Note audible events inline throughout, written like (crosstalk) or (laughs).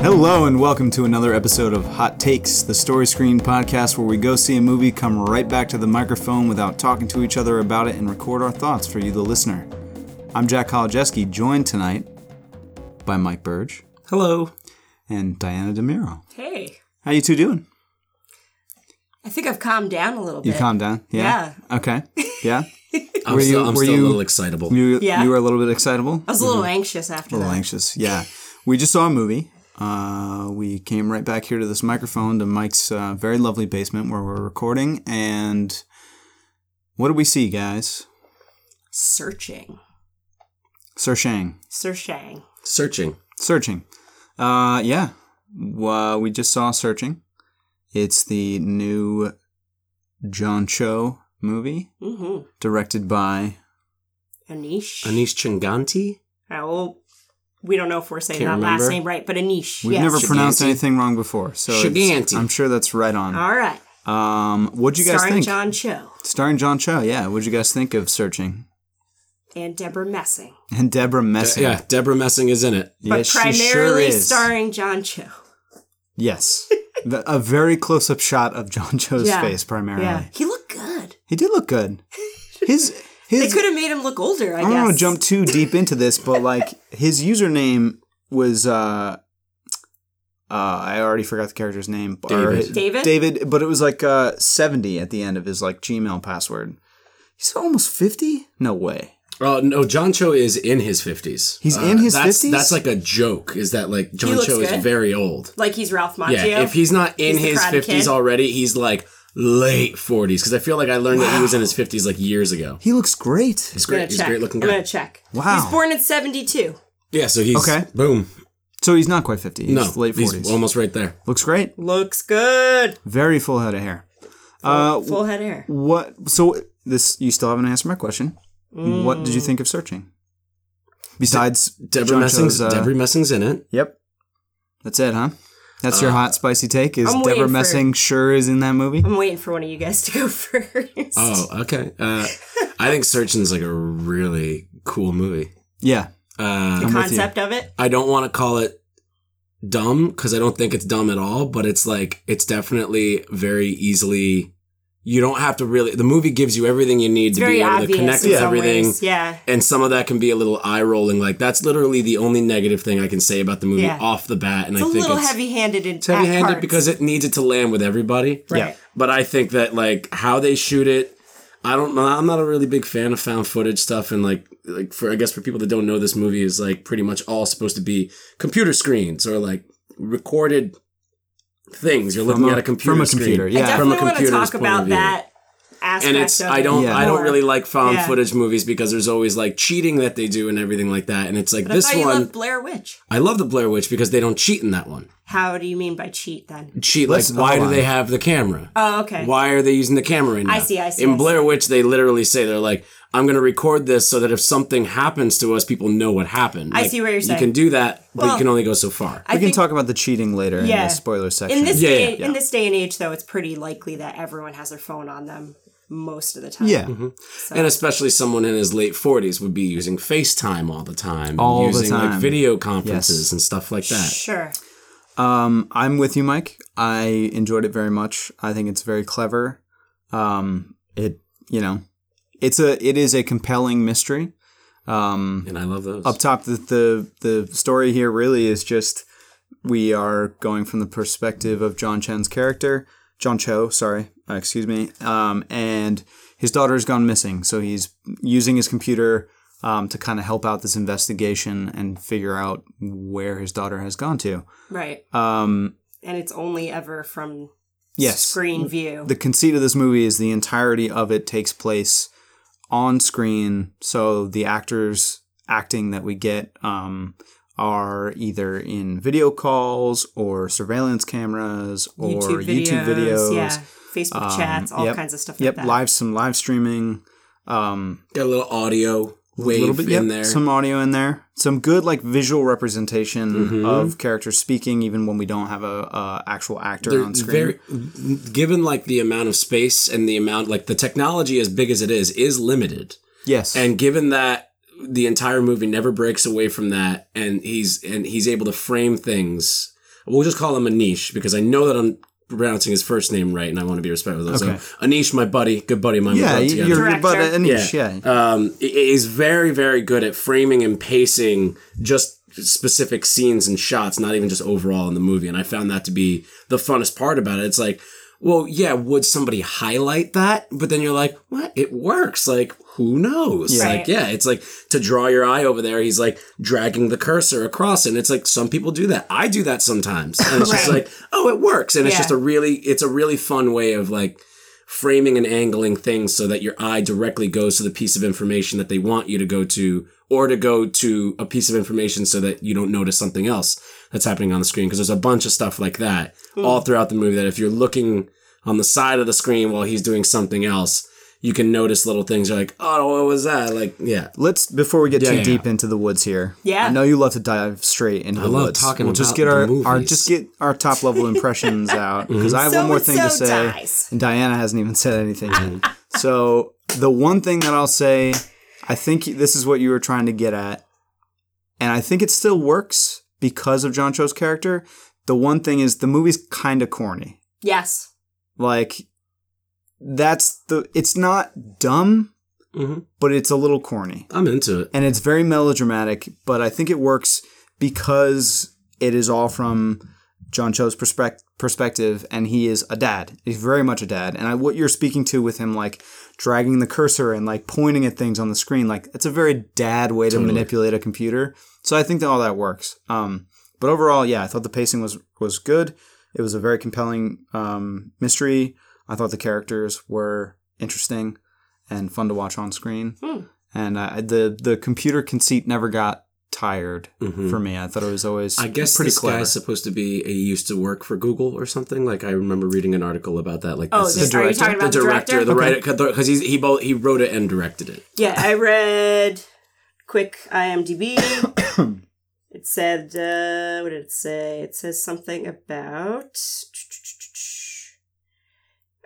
Hello and welcome to another episode of Hot Takes, the Story Screen podcast where we go see a movie, come right back to the microphone without talking to each other about it, and record our thoughts for you, the listener. I'm Jack Kolodziejski, joined tonight by Mike Burge Hello. and Diana DeMiro. Hey, How you two doing? I think I've calmed down a little You bit. calm down? Okay. Yeah. I'm Were still, you- I'm were still you- a little excitable. You (laughs) Yeah. you were a little bit excitable? I was a little anxious after A little that. anxious. Yeah. We just saw a movie. Uh, we came right back here to this microphone to Mike's uh, very lovely basement where we're recording. And what did we see, guys? Searching, Searching. searching. Searching. Searching. Uh, yeah. Well, we just saw Searching. It's the new John Cho movie Mm-hmm. directed by. Anish. Anish Chinganti? Oh, well, we don't know if we're saying Can't that last remember. name right, but Anish. We've yes. never pronounced Shiganti. anything wrong before, so it's- Shiganti. I'm sure that's right on. All right. Um, what'd you guys Starring think? John Cho Starring John Cho, yeah. What'd you guys think of Searching? and Deborah Messing, And (laughs) Deborah Messing. Yeah, Deborah Messing is in it. but Yes, she primarily sure is. starring John Cho. Yes. The- a very close up shot of John (laughs) Cho's Yeah. face, primarily. Yeah, he looked good. He did look good. His. (laughs) They his could have made him look older. I, I don't guess. want to jump too deep into this, but like his username was uh uh I already forgot the character's name. but- or- David. David? David, but it was like uh seventy at the end of his like Gmail password. He's almost fifty? No way. Oh, no, John Cho is in his 50s. He's in his that's, 50s? That's like a joke, is that like John looks Cho good. is very old. Like he's Ralph Macchio. Yeah, if he's not in He's the his Karate 50s Kid. already, he's like late 40s. Because I feel like I learned that he was in his 50s like years ago. He looks great. He's I'm gonna great. He's check. a great looking I'm guy. gonna check. Wow. He's born in '72. Yeah, so he's. Okay. Boom. So he's not quite fifty. He's No, late forties. he's almost right there. looks great. Looks good. Very full head of hair. Uh, Full head of hair. what? So this you still haven't answered my question. What Mm. did you think of searching? Besides Deborah John Messing's, Cho's, uh, Deborah Messing's in it. Yep. That's it, huh? That's your hot spicy take. Is Uh, I'm waiting Deborah for- Messing sure is in that movie? I'm waiting for one of you guys to go (laughs) first. Oh, okay. Uh, I think Searching's like a really cool movie. Yeah. Uh, the with concept of it. I don't want to call it dumb because I don't think it's dumb at all, but it's like it's definitely very easily. You don't have to really. The movie gives you everything you need It's to very be able obvious. to connect in with some everything. ways. Yeah. And some of that can be a little eye rolling. Like that's literally the only negative thing I can say about the movie Yeah. off the bat. And It's a I think little it's, heavy handed in it's heavy handed because it needs it to land with everybody. Right. Yeah. But I think that like how they shoot it, I don't know. I'm not a really big fan of found footage stuff, and like like for I guess for people that don't know, this movie is like pretty much all supposed to be computer screens or like recorded things. You're looking From a- at a computer from a screen. computer, I yeah. definitely From a want to computer's talk point about of view. that aspect. And it's of I it don't Yeah. I don't more. really like found Yeah. footage movies because there's always like cheating that they do and everything like that. And it's like But I this thought you one loved Blair Witch. I love the Blair Witch because they don't cheat in that one. How do you mean by cheat then? Cheat Let's- like why hold do on. they have the camera? Oh, okay. Why are they using the camera right now? I see, I see, In I see. Blair Witch, they literally say they're like, "I'm going to record this so that if something happens to us, people know what happened." I Like, see what you're saying. You can do that, but Well, you can only go so far. I we can think talk about the cheating later in Yeah. the spoiler section. in this Yeah, day, yeah. in this day and age though, it's pretty likely that everyone has their phone on them most of the time. yeah. and especially someone in his late 40s would be using FaceTime all the time, All the using time. like video conferences Yes. and stuff like that. Sure. Um, I'm with you, Mike. I enjoyed it very much. I think it's very clever. Um, it you know, it's a it is a compelling mystery. Um, And I love those. up top the, the the story here really is just we are going from the perspective of John Chen's character, John Cho, sorry, uh, excuse me, um, and his daughter's gone missing. So he's using his computer um, to kind of help out this investigation and figure out where his daughter has gone to. Right. Um, And it's only ever from yes, screen view. the conceit of this movie is the entirety of it takes place on screen. So the actors acting that we get um, are either in video calls or surveillance cameras or YouTube videos. yeah, Facebook um, chats, all yep, kinds of stuff Yep, like that. live some live streaming. Um, Got a little audio a wave little bit, in yep, there. some audio in there, some good like visual representation Mhm. of characters speaking, even when we don't have a, a actual actor They're on screen. very- given like the amount of space and the amount like the technology as big as it is is limited. yes, And given that the entire movie never breaks away from that, and he's and he's able to frame things. We'll just call him Anish because I know that I'm pronouncing his first name right, and I want to be respectful. Okay. So Anish, my buddy, good buddy of mine. we Yeah, grew up you- together. you're, you're but Director. Anish, yeah. Um, i- is very, very good at framing and pacing just specific scenes and shots, not even just overall in the movie. And I found that to be the funnest part about it. It's like, well, yeah, would somebody highlight that? But then you're like, what? It works. Like, who knows? Yeah. Like, Right. yeah, it's like to draw your eye over there. He's like dragging the cursor across, and it's like some people do that. I do that sometimes, and it's just Right. like, oh, it works, and it's Yeah. just a really, it's a really fun way of like framing and angling things so that your eye directly goes to the piece of information that they want you to go to or to go to a piece of information so that you don't notice something else that's happening on the screen because there's a bunch of stuff like that all throughout the movie that if you're looking on the side of the screen while he's doing something else you can notice little things you're like oh what was that like yeah Let's before we get Yeah, too yeah. deep into the woods here. Yeah. I know you love to dive straight into the love woods. talking we'll just about get the our, our movies. Mm-hmm. just get our top (laughs) level impressions out because I have one more thing to So-and-so say. dies. And Diana hasn't even said anything. yet. Mm-hmm. so the one thing that I'll say, I think this is what you were trying to get at, and I think it still works because of John Cho's character. The one thing is the movie's kind of corny Yes. like that's the it's not dumb Mhm. but it's a little corny i'm into it and it's very melodramatic but i think it works because it is all from john cho's perspec- perspective and he is a dad he's very much a dad and I, what you're speaking to with him like dragging the cursor and like pointing at things on the screen like it's a very dad way to manipulate a computer so i think that all that works um, but overall yeah i thought the pacing was was good it was a very compelling um, mystery i thought the characters were interesting and fun to watch on screen and uh, the the computer conceit never got tired Mm-hmm. for me. Hmm. I thought it was always I guess pretty this clever. guy's supposed to be. He used to work for Google or something. Like I remember reading an article about that. Like Oh, this this- is are you talking about the director, the Okay. writer, because he's he both he wrote it and directed it. Yeah, (laughs) I read quick (coughs) IMDb. it said, uh, what did it say? It says something about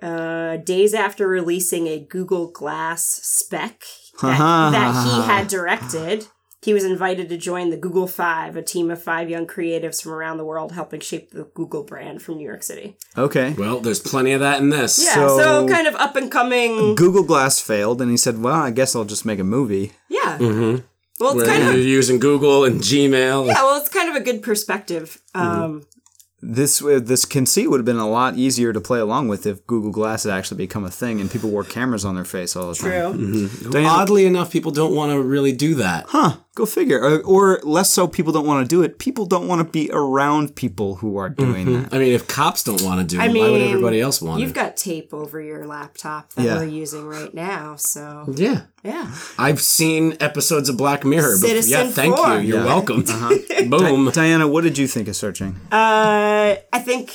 uh, days after releasing a Google Glass spec that, that (laughs) he had directed. He was invited to join the Google Five, a team of five young creatives from around the world helping shape the Google brand from New York City. okay. Well, there's plenty of that in this. Yeah, So- so, kind of up and coming. Google Glass failed, and he said, "Well, I guess I'll just make a movie." Yeah. Mm-hmm. Well, Where it's kind of you're using Google and Gmail. Yeah, well, it's kind of a good perspective. Mm-hmm. Um, This uh, this conceit would have been a lot easier to play along with if Google Glass had actually become a thing and people wore cameras on their face all the time. True. Diana- Oddly enough, people don't want to really do that. Huh? Go figure. Or, or less so, people don't want to do it. People don't want to be around people who are doing that. I mean, if cops don't want to do it, I why would mean, everybody else want You've it? got tape over your laptop that Yeah. Mm-hmm. we're using right now, so yeah. yeah. I've seen episodes of Black Mirror. before. Citizen yeah, Uh-huh. thank Four. you. You're Yeah. welcome. (laughs) Boom. Diana, what did you think of searching? Uh, I think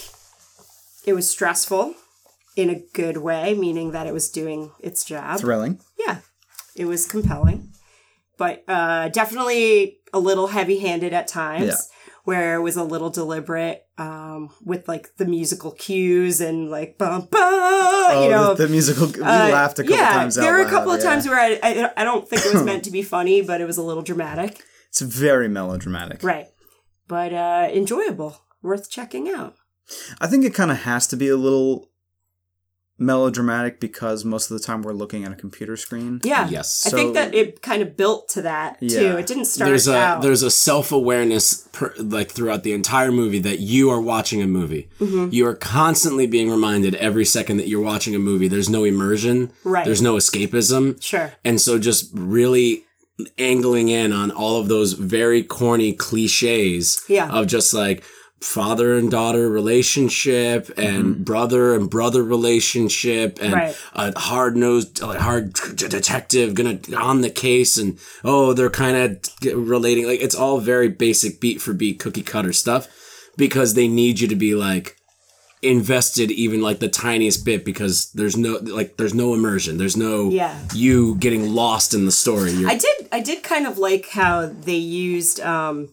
it was stressful in a good way, meaning that it was doing its job. Thrilling. Yeah, it was compelling, but uh, definitely a little heavy-handed at times. Yeah. Where it was a little deliberate um, with like the musical cues and like bum bum, you know, Oh, the, musical. We Uh, laughed a couple yeah, times. there were a couple of times where I, I I don't think (laughs) it was meant to be funny, but it was a little dramatic, it's very melodramatic. right? But uh, enjoyable, worth checking out. I think it kind of has to be a little melodramatic because most of the time we're looking at a computer screen. Yeah, Yes. I think So- that it kind of built to that Yeah. too. It didn't start There's a out. there's a self awareness like throughout the entire movie that you are watching a movie. Mm-hmm. You are constantly being reminded every second that you're watching a movie. There's no immersion. Right. There's no escapism. sure, And so just really angling in on all of those very corny cliches Yeah. of just like father and daughter relationship and brother and brother relationship and Mm-hmm. Right. a hard nosed like hard d- detective gonna on the case and oh they're kind of relating like it's all very basic beat for beat cookie cutter stuff because they need you to be like invested even like the tiniest bit because there's no like there's no immersion there's no Yeah. you getting lost in the story You're, I did I did kind of like how they used um,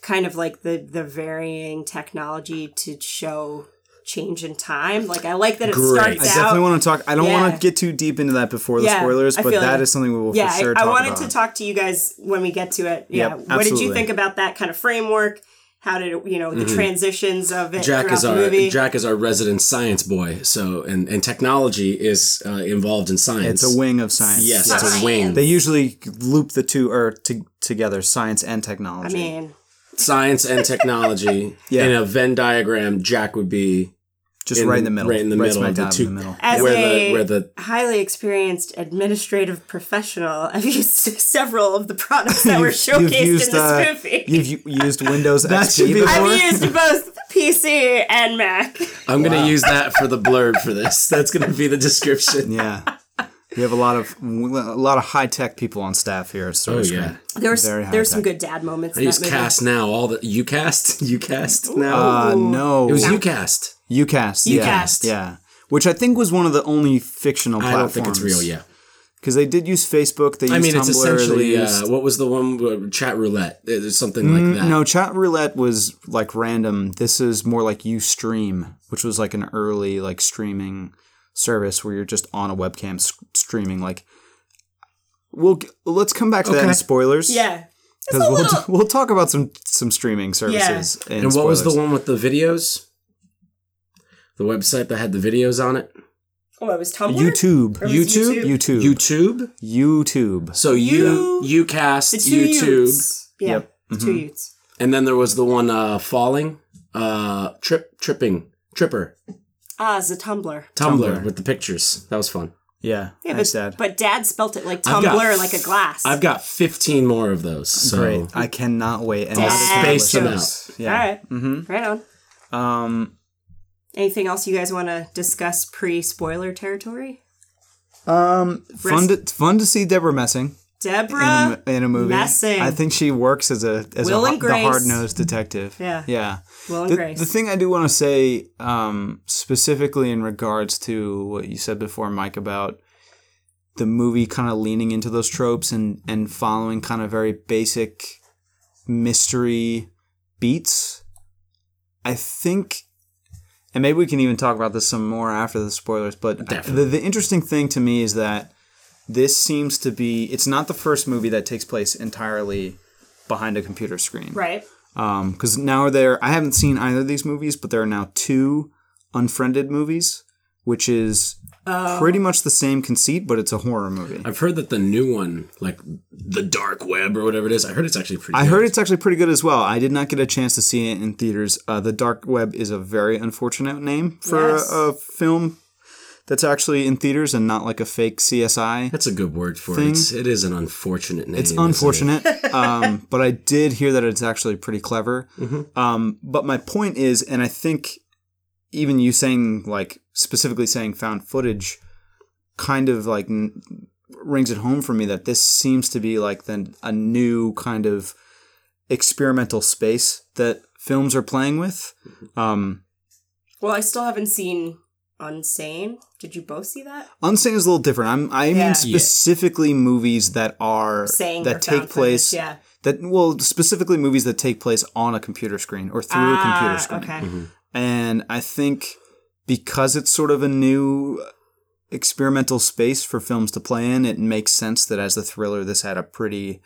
kind of like the the varying technology to show change in time. Like I like that it Great. I starts out. definitely want to talk. I don't want to Yeah. get too deep into that before the Yeah, spoilers, I but feel that you. is something we will yeah, for sure I, I talk wanted about. to talk to you guys when we get to it. Yep, Yeah, what did you absolutely. Mm-hmm. think about that kind of framework how did it, you know the transitions of it Jack throughout is the our movie. Jack is our resident science boy. So and and technology is uh, involved in science. It's a wing of science. Yes, it's Science. a wing. They usually loop the two or to, together, science and I technology. mean, science (laughs) and technology Yeah. in a Venn diagram. Jack would be just in- right in the middle. right in the middle smack of the dab two- in the middle. as where a the where the highly experienced administrative professional, (laughs) I've used several of the products (laughs) that were You've- you've showcased in used, this uh, movie. You've u- used (laughs) Windows That XP should be the before? I've used both PC and Mac. I'm gonna use that for the blurb for this. (laughs) That's gonna be the (laughs) description. Yeah. We have a lot of a lot of high tech people on staff here. So Oh yeah. There's Very high there's some tech. good dad moments. I in use that movie. cast now. All the you cast (laughs) you cast now. Uh, no, it was you cast. UCast. UCast. Yeah, yeah, which I think was one of the only fictional. I don't think platforms. it's real. Yeah. because they did use Facebook. They used I mean, Tumblr. it's they Mm-hmm. essentially used, uh, what was the one where- chat roulette? It- It's something like that. no chat roulette was like random. This is more like UStream, which was like an early like streaming service where you're just on a webcam s- streaming. Like, we'll g- let's come back to that in Okay. spoilers. Yeah. because we'll, t- we'll talk about some some streaming services. in And what was the spoilers. one with the videos? The website that had the videos on it. Oh, it was Tumblr. YouTube. Or was it YouTube? YouTube. YouTube. YouTube. So you you cast The two YouTube, Utes. Yeah. Yep. Mm-hmm. the Two Utes. and then there was the one uh, falling, uh, trip tripping tripper Ah, it's a Tumblr. Tumblr, Tumblr. with the pictures. That was fun. Yeah. Yeah, Thanks, but, Dad. but dad spelt it like I've Tumblr, got like a glass. I've got 15 more of those. So Great. I cannot wait. And now I'll that they're space them listeners- All Yeah. Mm-hmm. right. Right on. Um, Anything else you guys want to discuss pre spoiler territory? fun to fun to see Deborah Messing in Deborah. a, in a movie. Messing. I think she works as a as Will a, and ho- the Grace. hard nosed detective. Yeah. Yeah. Will and The, Grace. the thing I do want to say um, specifically in regards to what you said before, Mike, about the movie kind of leaning into those tropes and and following kind of very basic mystery beats. I think, and maybe we can even talk about this some more after the spoilers. But I- the, Definitely. the interesting thing to me is that this seems to be it's not the first movie that takes place entirely behind a computer screen right. because Um, now there I haven't seen either of these movies, but there are now two unfriended movies, which is pretty much the same conceit, but it's a horror movie. I've heard that the new one, like the dark web or whatever it is, I heard it's actually pretty. I good. heard it's actually pretty good as well. I did not get a chance to see it in theaters. Uh, the Dark Web is a very unfortunate name for Yes. a, a film that's actually in theaters and not like a fake CSI. that's a good word for it. It's, it is an unfortunate name. It's isn't it? unfortunate, um, but I did hear that it's actually pretty clever. Um, but my point is, and I think even you saying like specifically saying found footage, kind of like n- rings it home for me that this seems to be like then a new kind of experimental space that films are playing with. Um, Well, I still haven't seen Unsane. Did you both see that? Unsane is a little different. I'm I Yeah. mean specifically movies that are Saying or that take found footage, place Yeah. that well specifically movies that take place on a computer screen or through a computer Ah, screen okay. and i think because it's sort of a new experimental space for films to play in it makes sense that as the thriller this had a pretty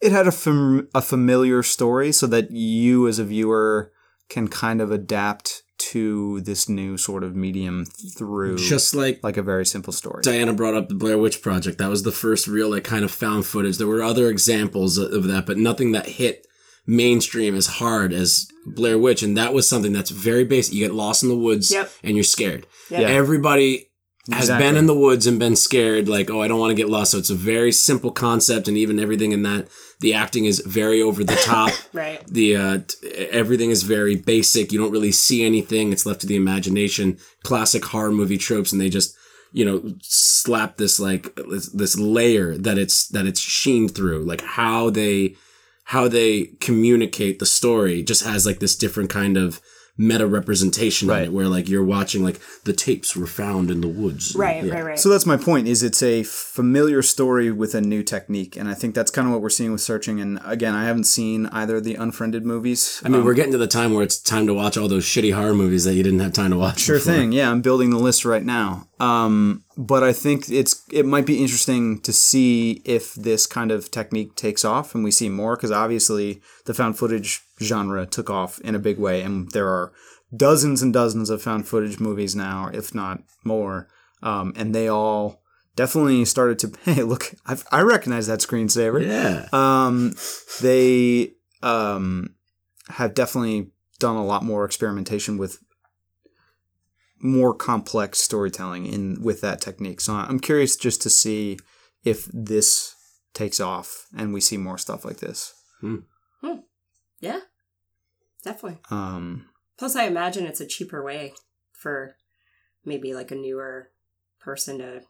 it had a, fam- a familiar story so that you as a viewer can kind of adapt to this new sort of medium through Just like like a very simple story Diana brought up the Blair Witch Project. That was the first real, like, kind of found footage. There were other examples of that, but nothing that hit mainstream as hard as Blair Witch. And that was something that's very basic. You get lost in the woods Yep. and you're scared. Yeah. Yeah. Everybody has Exactly. been in the woods and been scared, like, oh, I don't want to get lost. So it's a very simple concept. And even everything in that, the acting is very over the top. (laughs) Right. the uh, t- everything is very basic. You don't really see anything. It's left to the imagination. Classic horror movie tropes, and they just you know slap this like this, this layer that it's that it's sheen through. Like how they how they communicate the story just has like this different kind of meta representation in Right. it, where like you're watching like the tapes were found in the woods. Right. Yeah. Right. Right. So that's my point. Is it's a familiar story with a new technique, and I think that's kind of what we're seeing with searching. And again, I haven't seen either of the unfriended movies. I mean, we're getting to the time where it's time to watch all those shitty horror movies that you didn't have time to watch. Sure thing. Yeah, I'm building the list right now. Um, but I think it's it might be interesting to see if this kind of technique takes off and we see more because obviously the found footage genre took off in a big way, and there are dozens and dozens of found footage movies now, if not more, um, and they all definitely started to. (laughs) Hey, look, I've, I recognize that screensaver. Yeah. Um, they um, have definitely done a lot more experimentation with more complex storytelling in with that technique. So I'm curious just to see if this takes off and we see more stuff like this. Yeah, definitely. Um, Plus, I imagine it's a cheaper way for maybe like a newer person to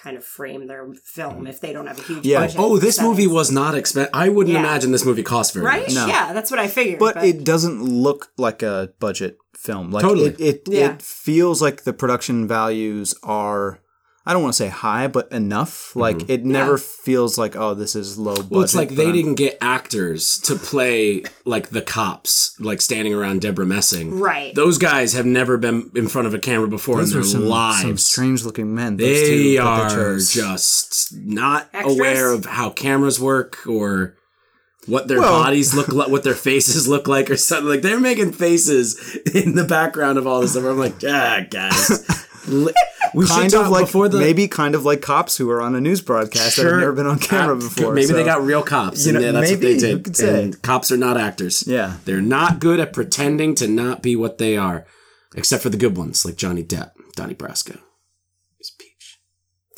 kind of frame their film if they don't have a huge Yeah. budget. Oh, this That movie is- was not expensive. I wouldn't Yeah. imagine this movie cost very right. much. No. Yeah, that's what I figured. but, it doesn't look like a budget film. Like Totally. it it, Yeah. it feels like the production values are I don't want to say high, but enough. Like it never feels like oh this is low budget. Mm-hmm. Well, it's like but they I'm- didn't get actors to play like the cops, like standing around Deborah Messing. right. Those guys have never been in front of a camera before Those in are their some, lives. some strange looking men. Those they two that are chose. just not Extras? aware of how cameras work or what their Well- bodies look like, (laughs) what their faces look like, or something. Like they're making faces in the background of all this stuff. I'm like, ah, (laughs) guys. Li- we should kind of talk like before the maybe kind of like cops who are on a news broadcast that Sure. have never been on camera Uh, before. Maybe they so- got real cops. You and know, yeah, that's maybe, what they who did. could say? And cops are not actors. Yeah. They're not good at pretending to not be what they are, except for the good ones like Johnny Depp, Donnie Brasco. He's peach. (laughs)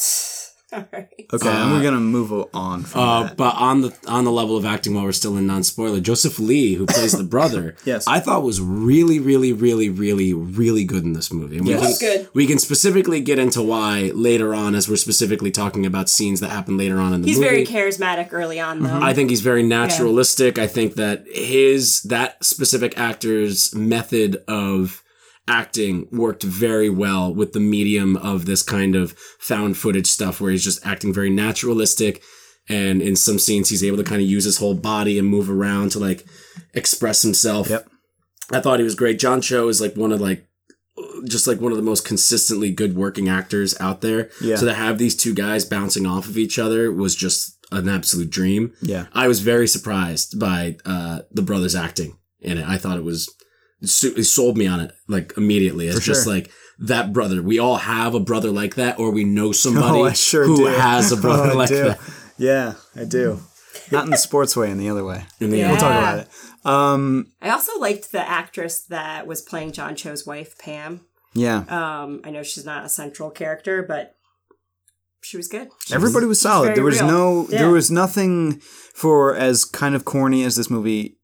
All right. Okay, and Uh, we're gonna move on from Uh, that. but on the on the level of acting, while we're still in non spoiler, Joseph Lee, who plays the brother, (laughs) Yes. I thought was really, really, really, really, really good in this movie. And we Yes. can- He was good. We can specifically get into why later on, as we're specifically talking about scenes that happen later on in the He's movie. Mm-hmm. very charismatic early on, though. I think he's very naturalistic. I think that his that specific actor's method of acting worked very well with the medium of this kind of found footage stuff where he's just acting very naturalistic and in some scenes he's able to kind of use his whole body and move around to like express himself. Yep. I thought he was great. John Cho is like one of like just like one of the most consistently good working actors out there. Yeah. So to have these two guys bouncing off of each other was just an absolute dream. yeah. I was very surprised by uh, the brothers acting in it. I thought it was it su- it sold me on it like immediately. It's For just sure. like that brother. We all have a brother like that, or (laughs) we know somebody Oh, I sure who do. has a brother (laughs) Oh, I like do. that. Yeah, I do. Not in the sports way, in the other way. In the end. Yeah. We'll talk about it. Um, I also liked the actress that was playing John Cho's wife, Pam. yeah, Um, I know she's not a central character, but she was good. everybody was solid. very There was real. no, Yeah. there was nothing for as kind of corny as this movie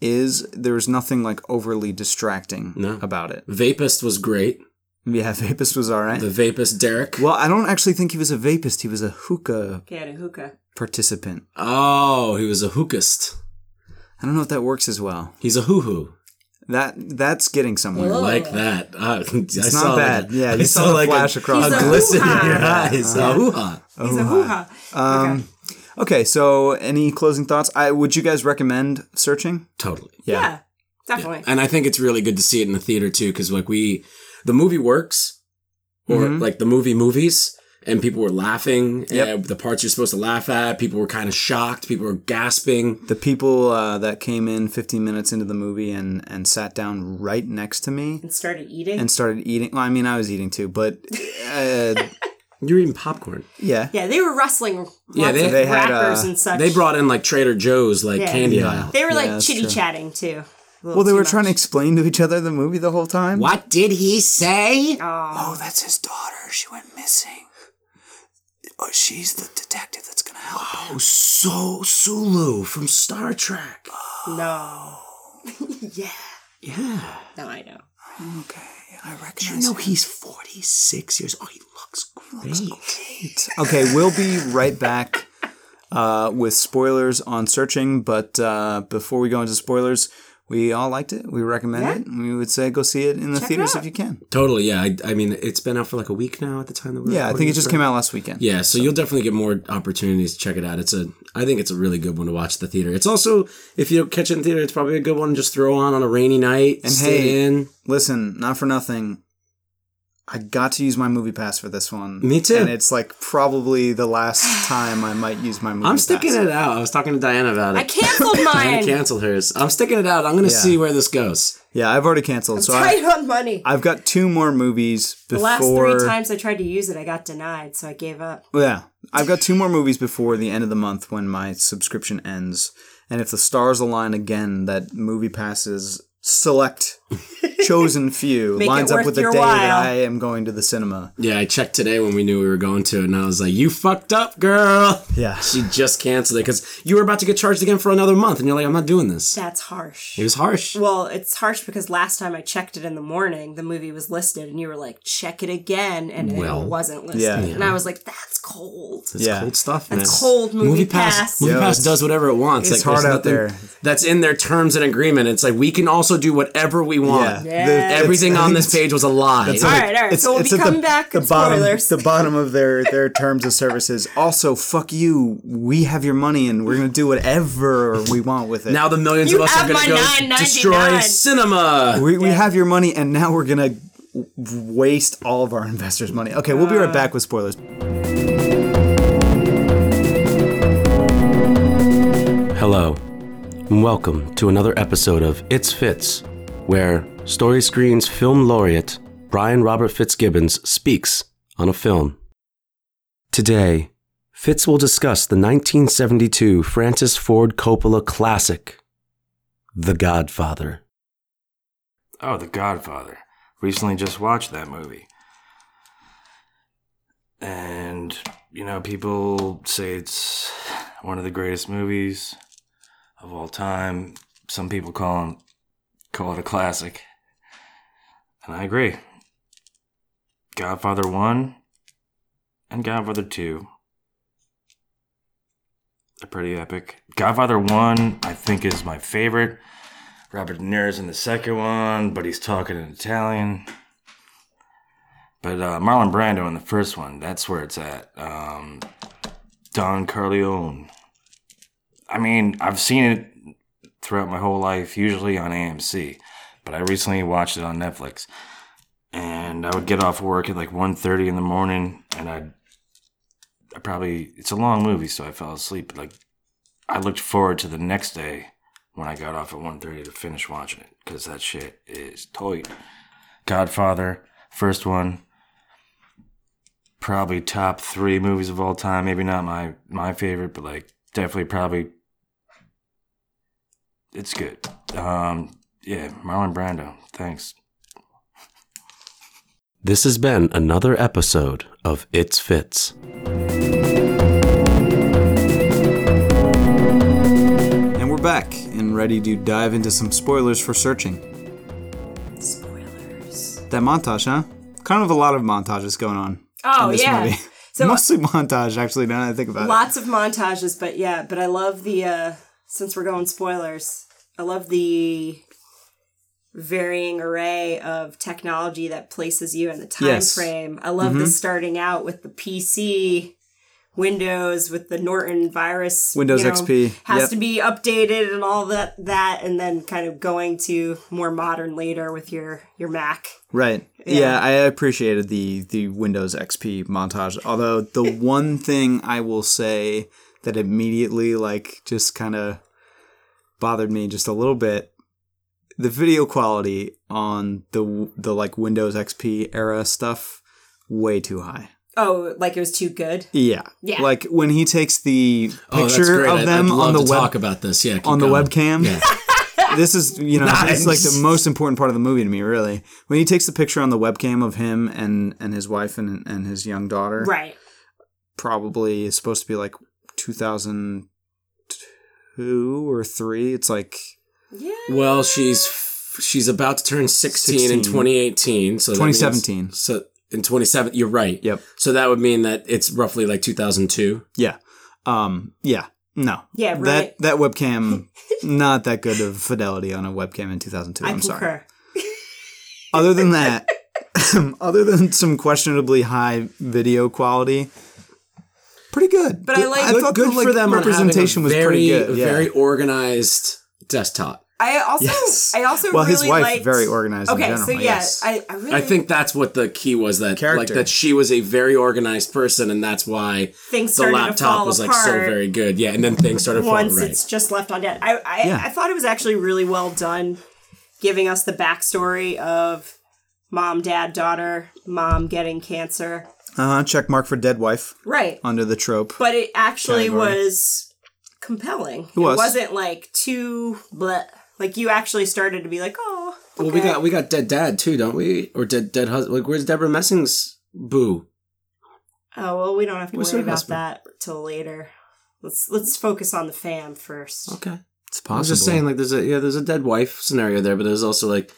is. There was nothing like overly distracting No. about it. Vapist was great. Yeah, (laughs) Vapist was all right. The Vapist Derek. well, I don't actually think he was a Vapist. He was a hookah Yeah, the hookah. participant. Oh, he was a hookist. I don't know if that works as well. He's a hoo hoo. That that's getting somewhere. Whoa. Like that. Uh, it's I (laughs) not saw bad. Like Yeah, I you saw a like flash across a the- glisten in He's a your hoo-ha. eyes. A hoo-ha. He's Oh, a hoo ha. Um, okay, so any closing thoughts? I would you guys recommend searching? Totally. yeah. definitely. And I think it's really good to see it in the theater too, because like we, the movie works, or Mhm. like the movie movies, and people were laughing. Yep. at the parts you're supposed to laugh at, people were kind of shocked, people were gasping. The people uh, that came in 15 minutes into the movie and, and sat down right next to (laughs) me And started eating. and started eating. Well, I mean, I was eating too, but uh, (laughs) You're eating popcorn. yeah. yeah, they were wrestling lots Yeah, they- of They had, rappers uh, and such. They brought in like Trader Joe's like Yeah. candy Yeah. aisle. They were Yeah, like that's true. chitty chatting too. Well, they were trying to explain to each other the movie the whole time. What did he say? Oh, that's his daughter. She went missing. Oh, she's the detective that's going to help. Oh, so Sulu from Star Trek. No. (laughs) yeah. Yeah. No, I know. Okay, I Do recognize you know he's 46 years old? He looks great. (laughs) Okay, we'll be right back uh, with spoilers on searching. But uh, before we go into spoilers, we all liked it. We recommend Yeah. it. and We would say go see it in the it theaters out. if you can. Totally, yeah. I, I mean, it's been out for like a week now at the time that we're Yeah, I think recording it just right? came out last weekend. Yeah, so you'll definitely get more opportunities to check it out. It's a, I think it's a really good one to watch at the theater. It's also, if you don't catch it in theater, it's probably a good one to just throw on on a rainy night and hey, stay in. Listen, not for nothing. I got to use my movie pass for this one. Me too. And it's like probably the last time I might use my movie I'm sticking pass. it out. I was talking to Diana about it. (laughs) I canceled Diana mine. canceled hers. I'm sticking it out. I'm gonna Yeah. see where this goes. Yeah, I've already canceled. so I, Tight on money. I've got two more movies before Oh, The last three times I tried to use it, I got denied, so I gave up. Yeah. I've got two more movies before the end of the month when my subscription ends. And if the stars align again, that movie passes select (laughs) chosen few Make it lines up worth with the day your that while. I am going to the cinema. Yeah, I checked today when we knew we were going to, and I was like, "You fucked up, girl." (laughs) Yeah. She just canceled it because you were about to get charged again for another month, and you're like, "I'm not doing this." That's harsh. It was harsh. Well, it's harsh because last time I checked it in the morning, the movie was listed, and you were like, check it again, and Well, it wasn't listed. yeah. And I was like, that's cold. It's Yeah. cold stuff. man. cold movie pass. Movie Yo, pass it's- does whatever it wants. it's like, hard there's out nothing there. That's in their terms and agreement. It's like we can also do whatever we Yeah. want. The- Yeah. Everything it's- on (laughs) this page was a lie. it's like- All right, all right. it's- So we'll it's be at the- coming back The with bottom, spoilers. the bottom of their their terms of services. Also, fuck you. We have your money, and we're gonna do whatever we want with it. now the millions You of us are have going to my go $9.99. destroy cinema. We, we have your money, and now we're gonna w- waste all of our (laughs) investors' money. Okay, we'll be right Uh. back with spoilers. Hello, and welcome to another episode of It's Fitz, where Story Screen's film laureate, Brian Robert Fitzgibbons, speaks on a film. Today, Fitz will discuss the 1972 Francis Ford Coppola classic, The Godfather. Oh, The Godfather. Recently just watched that movie. And, you know, people say it's one of the greatest movies of all time. Some people call, 'em- call it a classic. And I agree. Godfather 1 and Godfather 2 are pretty epic. Godfather 1, I think, is my favorite. Robert De Niro's in the second one, but he's talking in Italian. But uh, Marlon Brando in the first one, that's where it's at. Um, Don Carleone. I mean, I've seen it throughout my whole life, usually on AMC, but I recently watched it on Netflix. And I would get off work at like 1.30 in the morning, and I'd, I probably, it's a long movie, so I fell asleep. But like, I looked forward to the next day when I got off at 1.30 to finish watching it because that shit is tight. Godfather, first one, probably top three movies of all time. Maybe not my my favorite, but like definitely probably it's good. Um, yeah, Marlon Brando. Thanks. This has been another episode of It's Fits. And we're back and ready to dive into some spoilers for searching. Spoilers. That montage, huh? Kind of a lot of montages going on Oh, in this yeah. (laughs) movie. (laughs) So- uh, Mostly montage, actually, now that I think about Lots of montages, but yeah, but I love the uh since we're going spoilers, I love the varying array of technology that places you in the time Yes. Mm-hmm. frame. I love this starting out with the PC Windows with the Norton virus. Windows XP, has yep. to be updated and all that that and then kind of going to more modern later with your your Mac. it. Right. Yeah. I appreciated the, the Windows XP montage. Although, the one thing I will say that immediately, like, just kind of bothered me just a little bit the video quality on the, the like, Windows XP era stuff, way too high. Oh, like it was too good. Yeah. Yeah. Like when he takes the Oh, that's picture great. I- of them I'd love on the to web talk about this. Yeah, keep on the going. webcam. (laughs) this is you know it's like the most important part of the movie to me really when he takes the picture on the webcam of him and and his wife and and his young daughter Right. probably is supposed to be like 2002 or 3 it's like Yeah. Well, she's f- she's about to turn 16, in 16. 2018. So that means- 2017. so in 27, you're right. Yep. So that would mean that it's roughly like 2002. yeah um yeah no Yeah, right. that that (laughs) webcam not that good of fidelity on a webcam in 2002 I i'm sorry concur. other than that, (laughs) um, other than some questionably high video quality, pretty good. But I like- thought the, like, on having representation a was very, pretty good. a yeah. Very organized desktop. I also, Yes. I also well, really his wife liked- very organized. Okay, in general, so yeah, yes. I, I really, I Mm. think that's what the key was that like Character. that she was a very organized person and that's why Things the started to fall laptop was like apart so very good. Yeah, and then things started falling once right. it's just left on dead. I I, Yeah. I thought it was actually really well done, giving us the backstory of mom, dad, daughter, mom getting cancer. uh-huh, check mark for dead wife Right. under the trope. but it actually Category. was compelling. It, was. was. not like too bleh. Like you actually started to be like, oh, Well, we got we got dead dad too, don't we? Or dead dead husband? Like, where's Deborah Messing's boo? oh well, we don't have to What's worry her about husband? that till later. Let's let's focus on the fam first. Okay, It's I possible. was just saying like there's a yeah there's a dead wife scenario there, but there's also like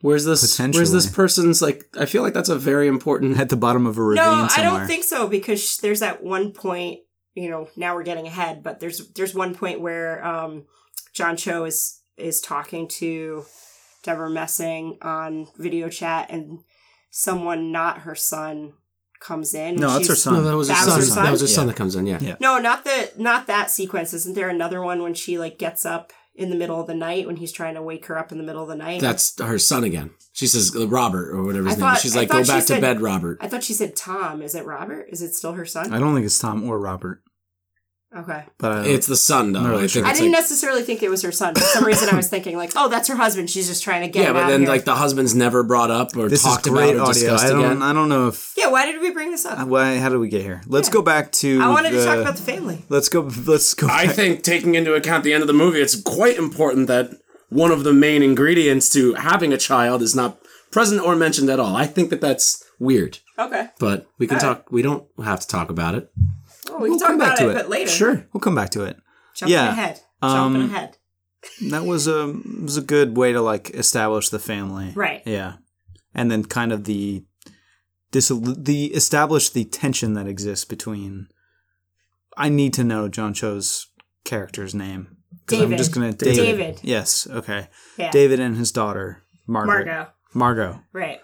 where's this where's this Potentially. person's like I feel like that's a very important. at the bottom of a ravine No, I somewhere. don't think so because sh- there's that one point. You know, now we're getting ahead, but there's there's one point where um, John Cho is is talking to Deborah Messing on video chat, and someone not her son comes in. No, that's her She's- son. No, that was her That was son. her That son? was her son Yeah. that comes in. Yeah. Yeah. No, not the not that sequence. Isn't there another one when she like gets up in the middle of the night when he's trying to wake her up in the middle of the night? that's her son again. She says uh, Robert or whatever his I name. thought- is. She's I like, go thought she back to said- bed, Robert. I thought she said Tom. Is it Robert? Is it still her son? I don't think it's Tom or Robert, okay. but I, It's the son though. I'm not really I think sure. I it's didn't like, necessarily think it was her son. For some reason, I was thinking like, oh, that's her husband. She's just trying to get. yeah, him out but of then here. like the husband's never brought up or this is talked about great or audio. discussed I don't. again. I don't know if. uh, yeah. Why did we bring this up? Why, how did we get here? Let's go back to. I wanted the, to talk about the family. Let's go. Let's go. I back- think taking into account the end of the movie, it's quite important that one of the main ingredients to having a child is not present or mentioned at all. I think that that's weird, Okay. but we Uh, can talk. We don't have to talk about it. Well, we We'll can talk come back about to it, it. but later. Sure. we'll come back to it. Jumping Yeah. ahead. Um, Jumping ahead. That was a was a good way to like establish the family, Right. Yeah, and then kind of the this the establish the tension that exists between. I need to know John Cho's character's name 'Cause I'm David. just gonna David. David. David. Yes. Okay. Yeah. David and his daughter Margaret. Margot. Margot. Right.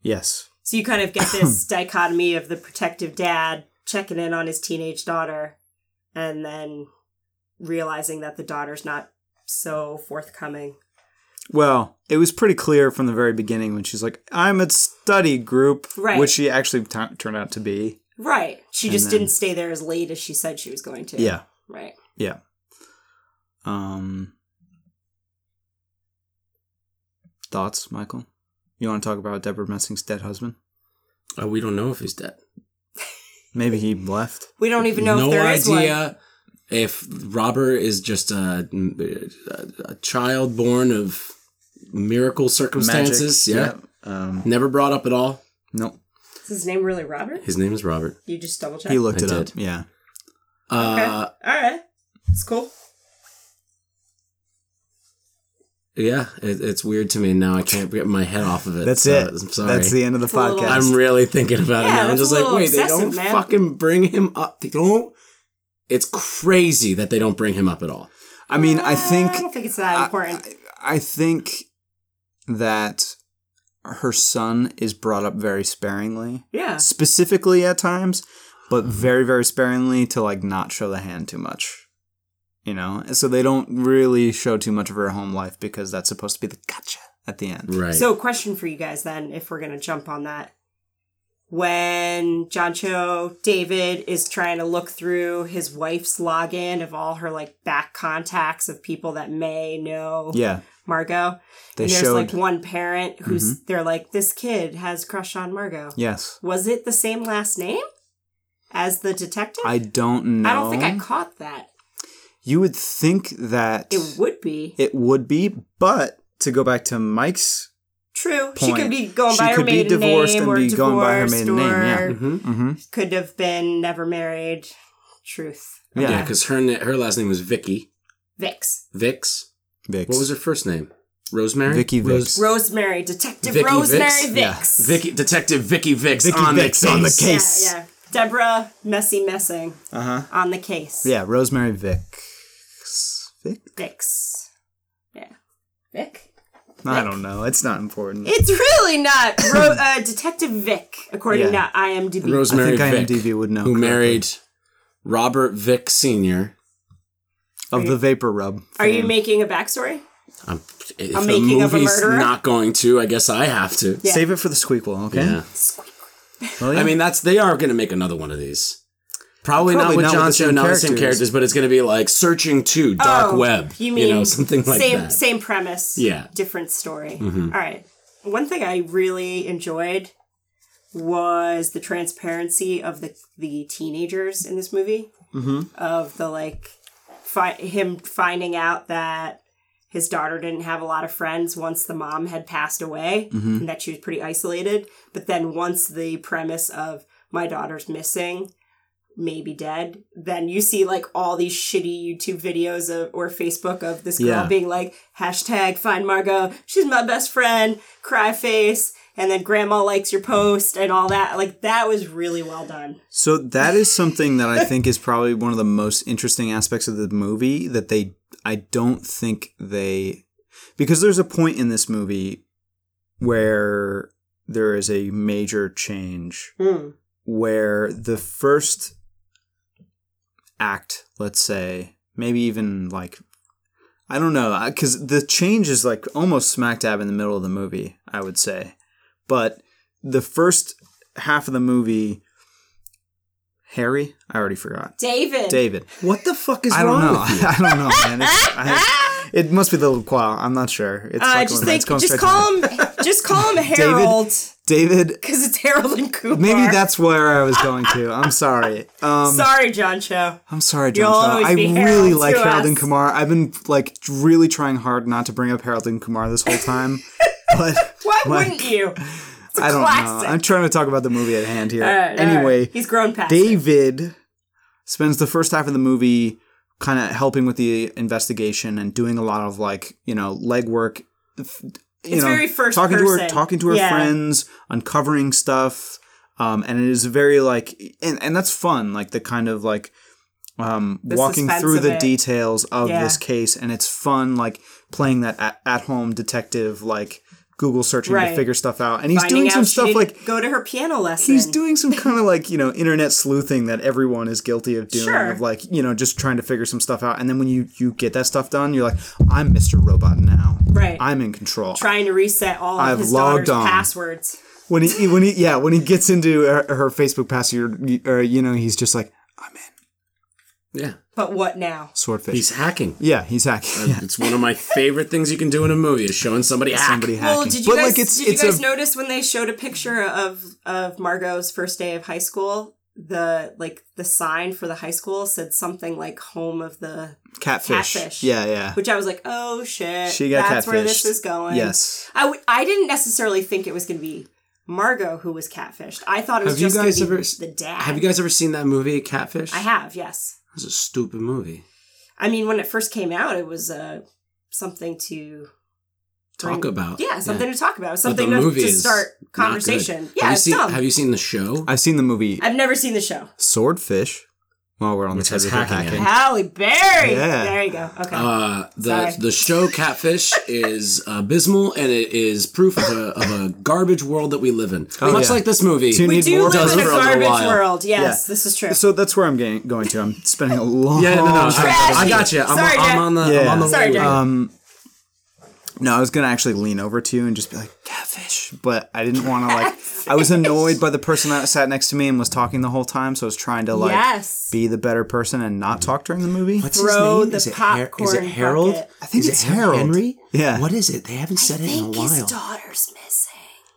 Yes. So you kind of get this dichotomy of the protective dad checking in on his teenage daughter and then realizing that the daughter's not so forthcoming. Well, it was pretty clear from the very beginning when she's like, "I'm a study group," Right. which she actually t- turned out to be. Right. She And just then- didn't stay there as late as she said she was going to. Yeah. Right. Yeah. Um. Thoughts, Michael? You want to talk about Deborah Messing's dead husband? Uh, we don't know if he's dead. Maybe he left. We don't even know no if there is one. idea if Robert is just a, a, a child born of miracle circumstances. Magic, Yeah. Um. Never brought up at all. No. Is his name really Robert? His name is Robert. You just double checked. He looked I it up. did. Yeah. Okay. Uh, All right. It's cool. Yeah, it, it's weird to me now. I can't get my head off of it. That's so it. uh, I'm sorry. That's the end of the It's a little- podcast. I'm really thinking about Yeah, it now. I'm that's just a like, little wait, they obsessive, don't man. fucking bring him up. They don't. It's crazy that they don't bring him up at all. I mean, I Uh, I don't think think it's that important. I think that her son is brought up very sparingly. yeah. specifically at times, Mm-hmm. but very, very sparingly to like not show the hand too much. You know, so they don't really show too much of her home life because that's supposed to be the gotcha at the end. Right. So, question for you guys then, if we're going to jump on that. When John Cho David is trying to look through his wife's login of all her like back contacts of people that may know Yeah, Margot, they and there's showed. Mm-hmm. like one parent who's they're like, this kid has crush on Margot. yes, Was it the same last name as the detective? I don't know. I don't think I caught that. You would think that It would be it would be, but to go back to Mike's true. she point, could be going she by her could be maiden divorced name and or be divorced going by her maiden name, yeah. or hmm mm-hmm. could have been never married. Truth. Yeah. Yeah, because her na- her last name was Vicky Vix. Vix. Vix. What was her first name? Rosemary. Vicky Vix. Rosemary, Detective Vicky Rosemary Vix? Vix. Vicky Detective Vicky Vix Vicky on Vix the on the case. case. Yeah, yeah. Deborah Messy Messing Uh huh. on the case. Yeah, Rosemary Vic. Vic. Vix. Yeah. Vic? I don't know. It's not important. It's really not (laughs) Ro- uh, Detective Vic, according Yeah. to IMDb. I Rosemary think Vick, IMDb would know. who correctly. married Robert Vick Sr. of the vapor rub? Are you fame. making a backstory? I'm, Um, if I'm the making up a movie's murderer? not going to, I guess I have to. Yeah. Save it for the squeakquel, okay? Yeah. Well, yeah. I mean, that's they are going to make another one of these. Probably, Probably not with not with John the Cho, same not the same characters. characters, but it's going to be like searching to dark Oh, web. You mean know something like same, that? Same premise. Yeah. Mm-hmm. Different story. All right. One thing I really enjoyed was the transparency of the the teenagers in this movie. Mm-hmm. Of the like, fi- him finding out that his daughter didn't have a lot of friends once the mom had passed away and that she was pretty isolated. But then once the premise of my daughter's missing maybe dead, then you see like all these shitty YouTube videos of or Facebook of this girl Yeah. being like hashtag find Margot, she's my best friend, cry face, and then grandma likes your post and all that. Like that was really well done. So that is something that I think is probably one of the most interesting aspects of the movie that they I don't think they because there's a point in this movie where there is a major change Mm. where the first act, let's say, maybe even like I don't know, because the change is like almost smack dab in the middle of the movie, I would say. But the first half of the movie, Harry, I already forgot. David. David. What the fuck is I don't wrong know. with you? (laughs) I don't know, man. It's, (laughs) Ah! I, it must be the little qual. I'm not sure. It's Uh, fucking- just it's think, going just straight to my head. call him, (laughs) (laughs) just call him Harold, David. because it's Harold and Cooper. Maybe that's where I was going to. I'm (laughs) sorry. Um, Sorry, John Cho. I'm sorry, You'll John. Cho. always I be really Harold like to Harold us. and Kumar. I've been like really trying hard not to bring up Harold and Kumar this whole time, (laughs) but Why Like, (laughs) wouldn't you? It's a I don't classic. know. I'm trying to talk about the movie at hand here. All right, all right. anyway, he's grown past. it. David spends the first half of the movie kind of helping with the investigation and doing a lot of like you know legwork. f- You It's know, very first talking to her, person. talking to her Yeah. friends, uncovering stuff, um, and it is very like, and and that's fun. Like the kind of like um, The walking suspense through of the it. details of Yeah. this case, and it's fun. Like playing that at, at home detective, like Google searching to Right. figure stuff out, and he's Finding doing out some she stuff didn't like go to her piano lesson. he's doing some kind of like you know internet sleuthing that everyone is guilty of doing Sure. of like you know just trying to figure some stuff out and then when you you get that stuff done you're like i'm mr robot now Right. i'm in control trying to reset all of I've his logged daughter's on. passwords. when he when he yeah when he gets into her, her facebook password or you know he's just like Yeah, But what now? swordfish he's hacking. yeah he's hacking yeah. It's one of my favorite things you can do in a movie is showing somebody hack. somebody hacking Well, did you but guys like it's did you it's guys a notice when they showed a picture of of Margot's first day of high school? The like the sign for the high school said something like "Home of the," (laughs) catfish. catfish. yeah yeah which I was like, "Oh shit, She got that's where this catfished. is going." yes I w- I didn't necessarily think it was going to be Margot who was catfished. I thought it was Have you just going guys to be ever- the dad. Have you guys ever seen that movie Catfish? I have, yes. It was a stupid movie. I mean, when it first came out, it was uh, something to Talk Bring- about yeah, something to talk about, But the something to, movie to is start not good. conversation. Yeah, have you it's seen, dumb. Have you seen the show? i've seen the movie I've never seen the show. swordfish well we're on Which the has subject of hacking in it. hacking Halle Berry. Yeah. There you go. Okay. Uh, the Sorry. the show (laughs) Catfish is abysmal, and it is proof of a, of a garbage world that we live in. Much yeah. like this movie. Tune we need do more live in a does for a little garbage while. world. Yes, Yeah. this is true. so that's where i'm getting, going to i'm spending a long (laughs) yeah, no, no, I, Trashy. I got you. I'm, Sorry, I'm Jack. on the I'm Yeah. on the Sorry, way Jack. with it. Um, no, I was gonna actually lean over to you and just be like catfish, but I didn't want to like. I was annoyed by the person that sat next to me and was talking the whole time, so I was trying to like Yes. be the better person and not talk during the movie. What's Throw his name? the is, it Har- is it popcorn Harold? bucket. I think Is it it's Har- Harold. Henry? Yeah. What is it? They haven't said it in a while. daughter's missing.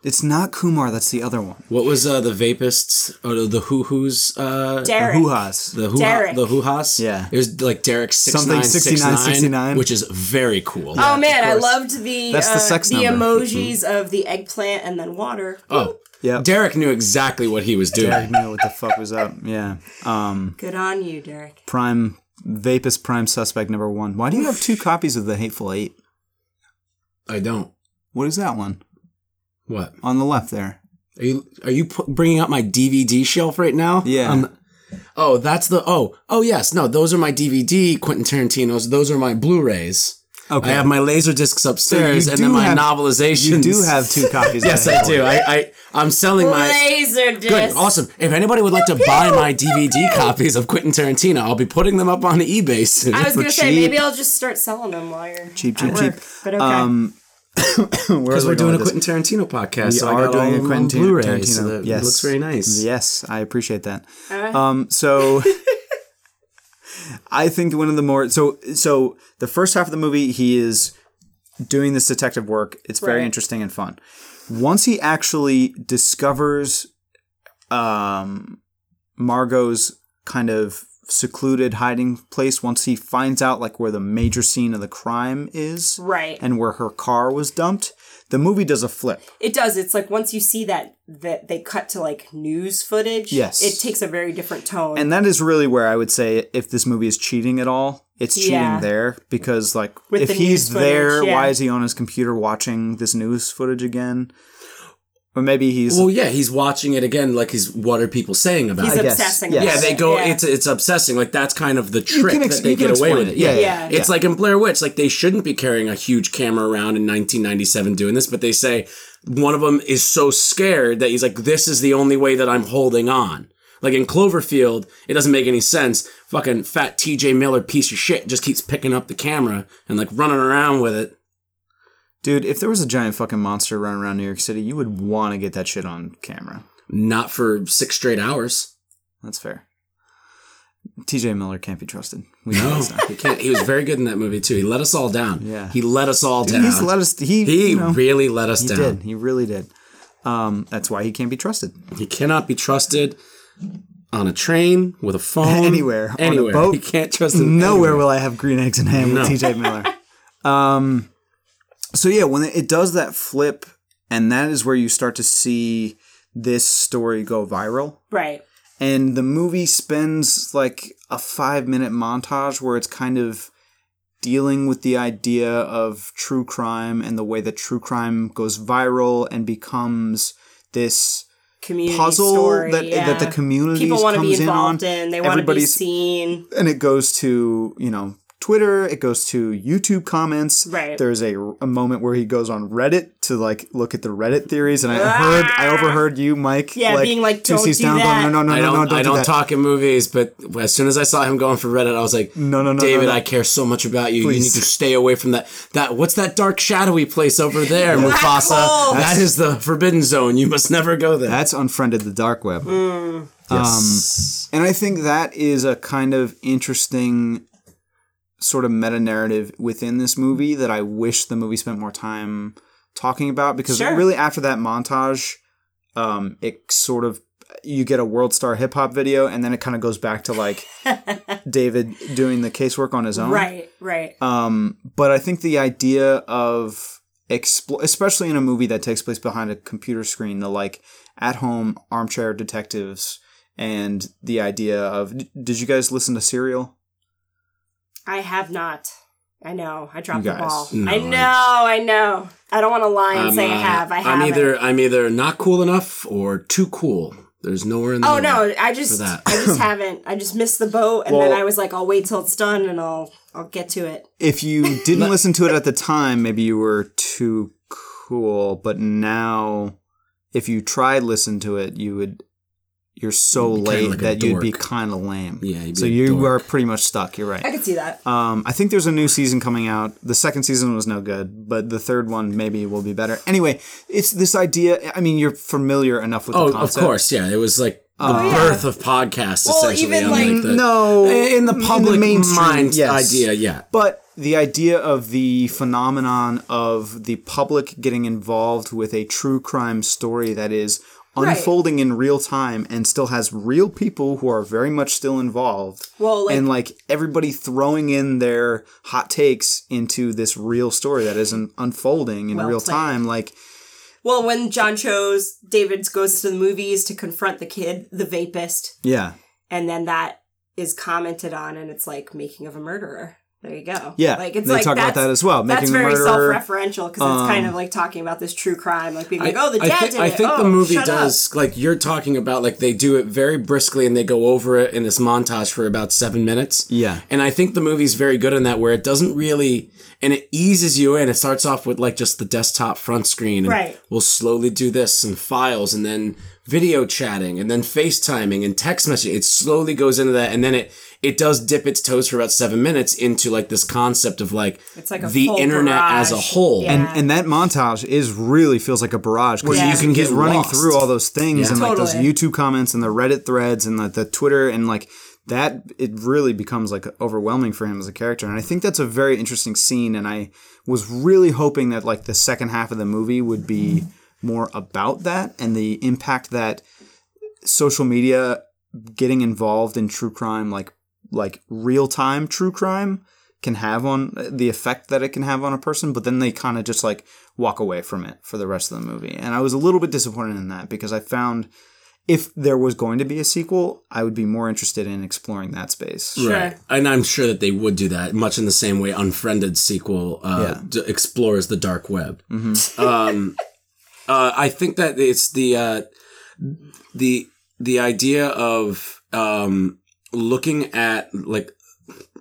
It's not Kumar. That's the other one. What was uh, the vapists? Oh, the hoo hoos. Uh, The Derek. Hoo Ha's. the hoo Derek. the hoo ha's. Yeah. it was like Derek six Something 69, 69. which is very cool. oh man, I course. loved the That's the uh, sex the number. emojis Mm-hmm. of the eggplant and then water. oh, Yeah. Derek knew exactly what he was doing. I didn't know what the fuck was up. Yeah. Um. Good on you, Derek. Prime. Vapus Prime Suspect Number One. Why do you have two copies of The Hateful Eight? I don't. What is that one What on the left there? are you? Are you pu- bringing up my DVD shelf right now? Yeah. Um, oh, that's the. Oh, oh yes. No, those are my DVD Quentin Tarantino's. Those are my Blu-rays. Okay. I have my laser discs upstairs, you and then do my have- novelizations. You do have two (laughs) copies. of yes, that I do. I, I I'm selling my. Laser Good, disc. awesome. If anybody would like to buy my DVD copies of Quentin Tarantino, I'll be putting them up on eBay soon. I (laughs) was For gonna say cheap. maybe I'll just start selling them while you're Cheap, at cheap, cheap. work, But okay. Um, (coughs) Because we're doing a Quentin Tarantino podcast. We so I are got doing all a of them Quentin on Tar- Blu-ray, Tarantino. So that Yes. it looks very nice. Yes, I appreciate that. Alright. Um, (laughs) so I think one of the more so so the first half of the movie he is doing this detective work. It's very Right. interesting and fun. Once he actually discovers um Margot's kind of secluded hiding place, once he finds out like where the major scene of the crime is right. and where her car was dumped, the movie does a flip. It does. It's like once you see that that they cut to like news footage. Yes. It takes a very different tone. And that is really where I would say if this movie is cheating at all, it's cheating Yeah. there because like With if the he's news footage, there, yeah. why is he on his computer watching this news footage again? Or maybe he's Well, yeah, he's watching it again. Like he's what are people saying about He's it? guess, obsessing. yes. Yeah, about they it. go. Yeah. It's it's obsessing. Like that's kind of the trick can ex- that they you can get away explain with it. it. Yeah, yeah, It's like in Blair Witch. Like they shouldn't be carrying a huge camera around in 1997 doing this, but they say one of them is so scared that he's like, "This is the only way that I'm holding on." Like in Cloverfield, it doesn't make any sense. Fucking fat T.J. Miller piece of shit just keeps picking up the camera and like running around with it. dude. If there was a giant fucking monster running around New York City, you would want to get that shit on camera. Not for six straight hours. That's fair. T.J. Miller can't be trusted. We know No, he's not. he can't. He was very good in that movie too. He let us all down. Yeah. he let us all down. He's let us. He he you know, really let us he down. did. He really did. Um, that's why he can't be trusted He cannot be trusted on a train with a phone (laughs) Anywhere. On a Anywhere, boat. he can't trust (laughs) him. Nowhere anywhere. will I have green eggs and ham with TJ Miller. um, so yeah, when it does that flip, and that is where you start to see this story go viral. right. And the movie spends like a five minute montage where it's kind of dealing with the idea of true crime and the way that true crime goes viral and becomes this Community puzzle story, that yeah. that the community people want comes to be involved in on. in. They want to be Everybody's- (laughs) seen. and it goes to you know Twitter. It goes to YouTube comments. Right. There's a, a moment where he goes on Reddit to like look at the Reddit theories, and I heard I overheard you, Mike. Ah! Yeah, being like, two "Don't seats do down, going, that." no, no, no, I no, don't. no, don't I do don't that. talk in movies, but as soon as I saw him going for Reddit, I was like, No, no, no, David, no, no. I care so much about you. You Please. need to stay away from that. That what's that dark shadowy place over there, Mufasa? hole. That is the forbidden zone. You must never go there. That's unfriended the dark web. Hmm. Um, yes. And I think that is a kind of interesting sort of meta narrative within this movie that I wish the movie spent more time talking about because Sure. really after that montage, um, it sort of you get a world star hip hop video and then it kind of goes back to (laughs) like David doing the casework on his own. Right. Right. Um, but I think the idea of expl- especially in a movie that takes place behind a computer screen, the like at home armchair detectives and the idea of d- did you guys listen to Serial? I have not. I know. I dropped You the guys. ball. No, I I- know. I know. I don't want to lie and I'm, say I uh, have. I I'm have. either I'm either not cool enough or too cool. There's nowhere in the Oh middle. no! I just, that. I (laughs) just haven't. I just missed the boat, and Well- then I was like, "I'll wait till it's done, and I'll, I'll get to it." If (laughs) you didn't listen to it at the time, maybe you were too cool, but now if you tried listen to it, you would you're so You'd be kinda late like a that you'd be dork. kind of lame. Yeah, you'd be so a you dork. are pretty much stuck. You're right. I could see that. Um, I think there's a new season coming out. The second season was no good, but the third one maybe will be better. Anyway, it's this idea. I mean, you're familiar enough with Oh, the of concept. course, yeah. It was like the birth of podcasts, Well, essentially. even, on, like, the, no, in the public mainstream, mind yes. idea, yeah. But the idea of the phenomenon of the public getting involved with a true crime story that is unfolding in real time and still has real people who are very much still involved. Well, like- and like everybody throwing in their hot takes into this real story that is un- unfolding in Well real played. time. Like Well, when John chose David goes to the movies to confront the kid, the vapist, yeah, and then that is commented on, and it's like making of a murderer. There you go. Yeah, like it's they like talk about that's- that as well, That's making the very murderer, self-referential because it's kind of like talking about this true crime, like being like, "Oh, the um, I dad think, did it." I think oh, the movie shut up." does like you're talking about like they do it very briskly and they go over it in this montage for about seven minutes. Yeah. and I think the movie's very good in that where it doesn't really and it eases you in. It starts off with like just the desktop front screen. And Right. We'll slowly do this and files and then video chatting and then FaceTiming and text messaging. It slowly goes into that and then it it does dip its toes for about seven minutes into like this concept of like It's like a the full internet as a barrage. whole. Yeah. and and that montage is really feels like a barrage because Yeah. you can Get get running lost. through all those things Yeah. and like those Totally. YouTube comments and the Reddit threads and the, the Twitter and like that it really becomes like overwhelming for him as a character and I think that's a very interesting scene and I was really hoping that like the second half of the movie would be more about that and the impact that social media getting involved in true crime like like real time true crime can have on the effect that it can have on a person but then they kind of just like walk away from it for the rest of the movie and i was a little bit disappointed in that because i found if there was going to be a sequel i would be more interested in exploring that space Right. And I'm sure that they would do that, much in the same way Unfriended sequel uh, Yeah. d- explores the dark web. (laughs) Um, uh, I think that it's the uh, the the idea of um, looking at like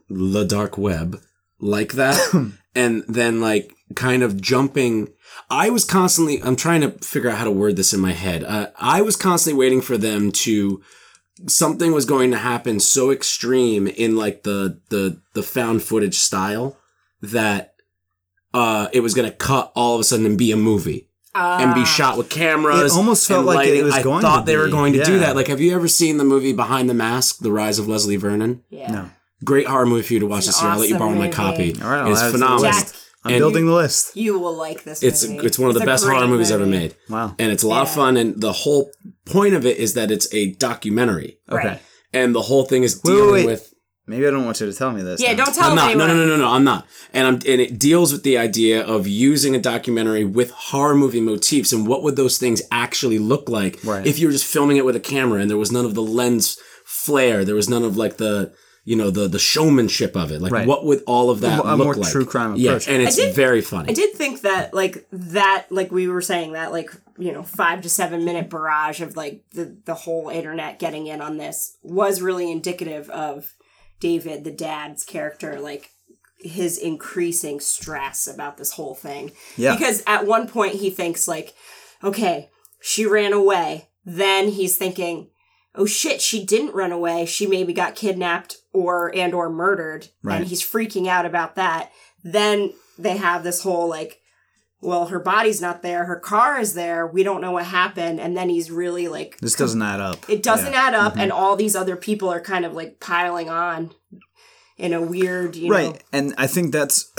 the dark web like that, and then like kind of jumping. I was constantly. I'm trying to figure out how to word this in my head. Uh, I was constantly waiting for them to something was going to happen so extreme in like the the the found footage style that uh it was going to cut all of a sudden and be a movie and Ah, be shot with cameras. Ah. It almost felt and like lighting. it was I going thought to they were be, going to do yeah. that. Like, have you ever seen the movie Behind the Mask: The Rise of Leslie Vernon? Yeah. No. Great horror movie for you to watch It's this an year. I'll let you awesome borrow my movie. copy. All right, I'll it's add it to the phenomenal. Jack, i'm And- building the list you will like this. It's movie. it's one of the a best horror great movies ever movie. made. wow And it's a lot of Yeah. fun, and the whole point of it is that it's a documentary, okay Right. and the whole thing is Oh. Wait, wait, dealing wait. with maybe i don't want you to tell me this Yeah, now. don't tell I'm not. No, anyone. no, no, no, no. I'm not. And I'm. And it deals with the idea of using a documentary with horror movie motifs, and what would those things actually look like Right. if you were just filming it with a camera, and there was none of the lens flare, there was none of like the you know the the showmanship of it. Like, Right. what would all of that A more- a look more like? true crime Yeah, approach. and it's did- very funny. I did think that like that like we were saying that like you know five to seven minute barrage of like the the whole internet getting in on this was really indicative of David the dad's character like his increasing stress about this whole thing Yeah. because at one point he thinks like okay she ran away then he's thinking oh shit she didn't run away she maybe got kidnapped or and or murdered Right. and he's freaking out about that then they have this whole like well her body's not there her car is there we don't know what happened and then he's really like this doesn't add up it doesn't Yeah. add up and all these other people are kind of like piling on in a weird you right know and i think that's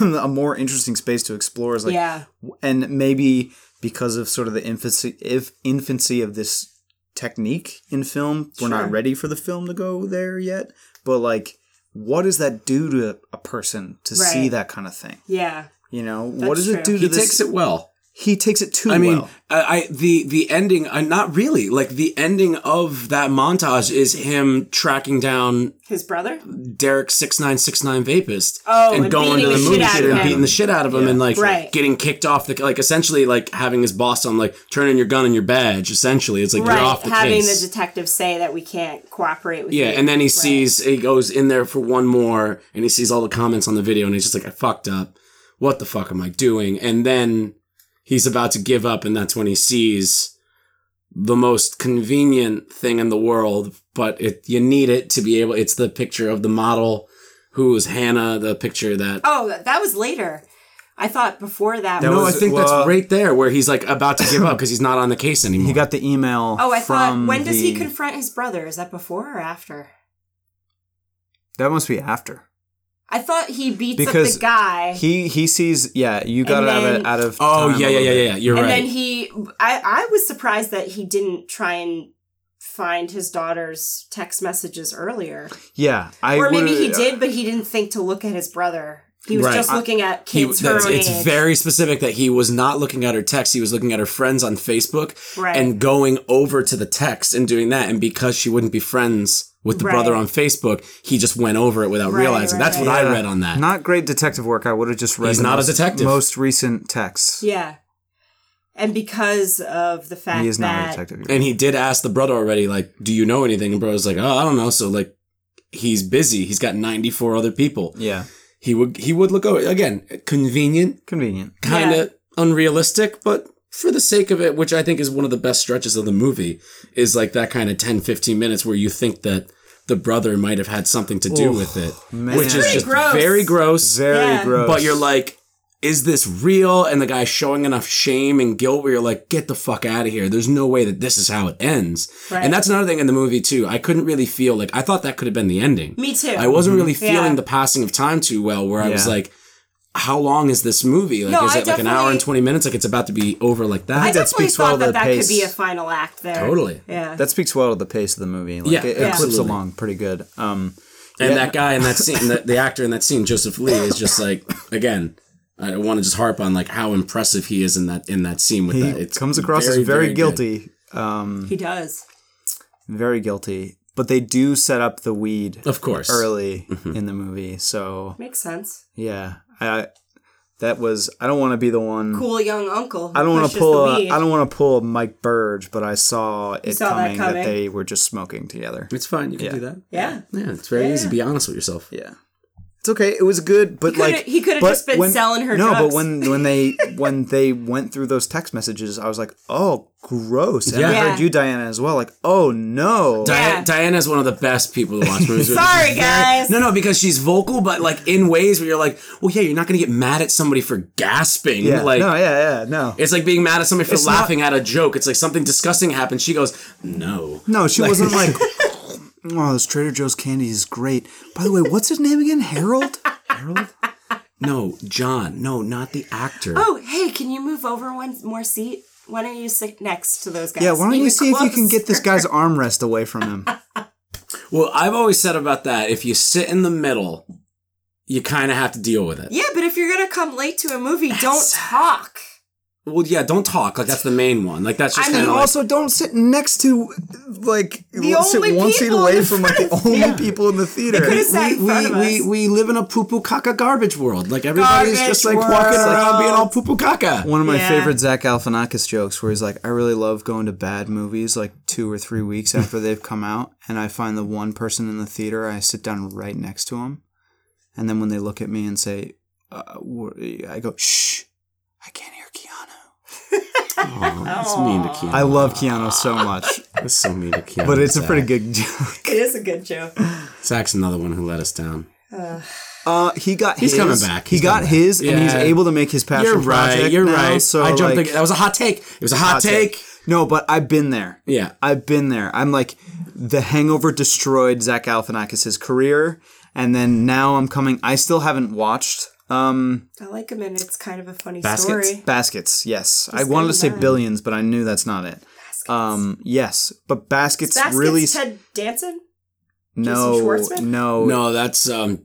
(coughs) a more interesting space to explore is like yeah and maybe because of sort of the infancy if infancy of this technique in film we're not Sure. ready for the film to go there yet but like what does that do to a person to see Right. that kind of thing yeah you know That's what does it true. do to he this takes it well. he takes it too I mean, well I, I the the ending. Uh, not really. Like the ending of that montage is him tracking down his brother Derek six nine six nine vapist Oh, and and going to beating the the movie shit out theater of and him. beating the shit out of him and like Right. getting kicked off the like essentially like having his boss on like turning your gun and your badge essentially it's like right you're off the having case the detective say that we can't cooperate with yeah you. and then he Right. sees he goes in there for one more and he sees all the comments on the video and he's just like I fucked up what the fuck am I doing and then he's about to give up and that's when he sees the most convenient thing in the world, but it you need it to be able. It's the picture of the model who is Hannah. The picture that oh that- that was later i thought before that, That no, was- I think well- that's right there where he's like about to give (laughs) up because he's not on the case anymore. he got the email oh i from thought when does he the- confront his brother is that before or after that must be after i thought he beats up Because the guy he he sees yeah you got And it out of, then- out of oh time yeah a yeah little yeah bit. yeah. You're and right. then he I, I was surprised that he didn't try and find his daughter's text messages earlier yeah I uh, or maybe he would've- did but he didn't think to look at his brother he was Right. just I- looking at He- kids her that's- own it's age very specific that he was not looking at her text. He was looking at her friends on Facebook Right. and going over to the text and doing that. And because she wouldn't be friends with the Right. brother on Facebook. He just went over it without Right, realizing. That's what right. I read on that. Not great detective work. I would have just read. He's the not a most- detective. Most recent texts. Yeah. And because of the fact he is not a that detective. and he did ask the brother already, like, "Do you know anything?" And brother's like, "Oh, I don't know." So like, he's busy. He's got ninety four other people. yeah, He would he would look over again. Convenient, convenient. kind of unrealistic, but for the sake of it, which I think is one of the best stretches of the movie, is like that kind of 10, 15 minutes where you think that the brother might have had something to do Oof, with it, man. which is Pretty just gross. very gross. Very Yeah. gross. But you're like, is this real? And the guy's showing enough shame and guilt where you're like, get the fuck out of here. There's no way that this is how it ends. Right. And that's another thing in the movie, too. I couldn't really feel like, I thought that could have been the ending. me too. (laughs) I wasn't really feeling Yeah. the passing of time too well, where I was Yeah. like, how long is this movie? Like, No, is I it like an hour definitely- and 20 minutes? Like, it's about to be over like I that? that definitely speaks thought well to that the that pace. could be a final act there. totally. Yeah. that speaks well to the pace of the movie. Like Yeah, it, it clips absolutely. along pretty good. Um, And that guy in that scene, the, the actor in that scene, Joseph Lee, is (laughs) just like, again, I want to just harp on like how impressive he is in that in that scene with he that. It comes across as very, guilty. he does. Very guilty. But they do set up the weed Of course. early in the movie. So Makes sense. yeah, I, that was. I don't want to be the one. Cool young uncle. I don't want to pull. A, I I don't want to pull a Mike Burge, but I saw it saw that coming, that coming. they were just smoking together. It's fine. You can Yeah. do that. Yeah. Yeah. It's very easy. Be honest with yourself. Yeah, it's okay. It was good, but He coulda- like he coulda but just been selling her No, but drugs. when when they (laughs) when they went through those text messages, I was like, oh, gross. And I Yeah. heard you, Diana, as well. Like, oh no. Diana Yeah. Diana's one of the best people to (laughs) watch movies with. Sorry, She's very- guys. No, no, because she's vocal, but like in ways where you're like, well, yeah, you're not going to get mad at somebody for gasping. yeah, Like, no, yeah, yeah, no. it's like being mad at somebody for not- laughing at a joke. It's like something disgusting happened. She goes, no. No, she wasn't like, (laughs) oh, this Trader Joe's candy is great. By the way, what's his name again? Harold. Harold. No, John. No, not the actor. Oh, hey, can you move over one more seat? Why don't you sit next to those (laughs) guys? Yeah, why don't you Even see if you can get this guy's closer. armrest away from (laughs) him? Well, I've always said about that if you sit in the middle, you kind of have to deal with it. Yeah, but if you're gonna come late to a movie, don't talk. Well, yeah, don't talk. Like, that's the main one. Like, that's just I And kind of mean, like, also, don't sit next to like The sit only one seat people away in the from like the only people in the theater. could've sat in we, front of we, us. we live in a poo poo caca garbage world. Like, everybody's Garbage just like walking around world. being all poo poo caca. One of my Yeah. favorite Zach Galifianakis jokes, where he's like, "I really love going to bad movies like two or three weeks after they've come out, and I find the one person in the theater, I sit down right next to him, and then when they look at me and say, uh, wh- I go, shh, I can't hear Keanu. That's mean to Keanu. I love Keanu so much, That's so mean to Keanu. but it's a pretty Zach. good joke. It is a good joke. Zach's another one who let us down. Uh, he got He's his, coming back. He's he got coming back. his, and he's Yeah. able to make his passion You're right. project You're now, right. So I jumped. like, the, that was a hot take. It was a hot, take. No, but I've been there. Yeah. I've been there. I'm like, the Hangover destroyed Zach Galifianakis' career, and then now I'm coming. I still haven't watched um, I like him, and it's kind of a funny Baskets. story. Baskets. Yes, I wanted to say mine. Billions, but I knew that's not it. Um, yes, but Baskets, Baskets really s- Ted Danson. no, Schwartzman? no, No, that's um,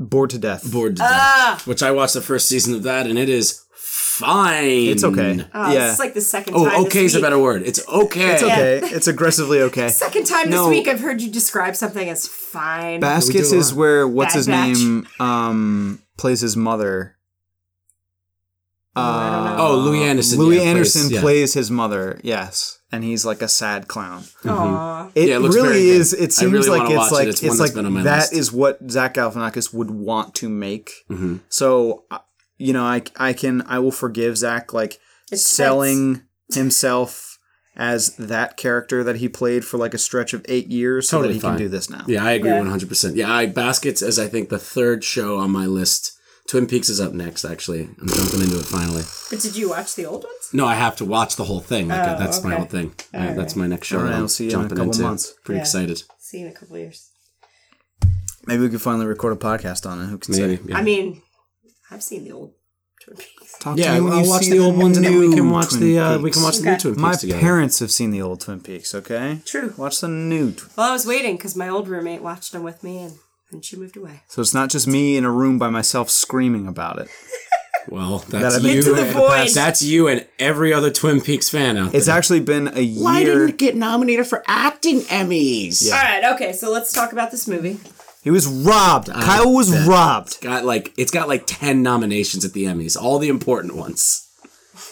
bored to death. bored to death. Which I watched the first season of that, and it is fine. It's okay. Oh, yeah, It's like the second time. Oh, this okay is a week- better word. It's okay. it's okay. It's aggressively okay. (laughs) Second time No. this week I've heard you describe something as fine. Baskets We do a is lot. where what's Bad his Batch. name um plays his mother. I uh, don't know. Oh, Louis Anderson. Louis yeah, plays- Anderson plays, yeah. his mother, yes, and he's like a sad clown. Aw. It, Yeah, it looks very really good. is. It I seems really like wanna watch it's it. like It's it's, one that's like been on my that list. is what Zach Galifianakis would want to make. Mhm. So I- you know, I I can I will forgive Zach like It's selling himself as that character that he played for like a stretch of eight years, so Totally that he fine. can do this now. Yeah, I agree Yeah. one hundred percent. Yeah, I Baskets is I think the third show on my list. Twin Peaks is up next. Actually, I'm jumping into it finally. But did you watch the old ones? No, I have to watch the whole thing. Like, Oh, that's my okay. whole thing. Uh, That's my next show. All right, that I'm I'll see you in a jumping couple into. months. Pretty Yeah. excied. See you in a couple years. Maybe we could finally record a podcast on it. Who can Maybe. say? Yeah. I mean, I've seen the old Twin Peaks. Talk yeah, when I'll you watch see the old ones, and then we new can watch Twin the uh, we Peaks. can watch the new Okay. Twin Peaks My together. parents have seen the old Twin Peaks, okay? True. Watch the new. Tw- Well, I was waiting because my old roommate watched them with me, and then she moved away. so it's not just me in a room by myself screaming about it. Well, That that's I've been you. to the and- void. That's you and every other Twin Peaks fan out there. It's actually been a year. get nominated for acting Emmys? All right, okay, so let's talk about this movie. He was robbed. Kyle was robbed. got like it's got like ten nominations at the Emmys, all the important ones.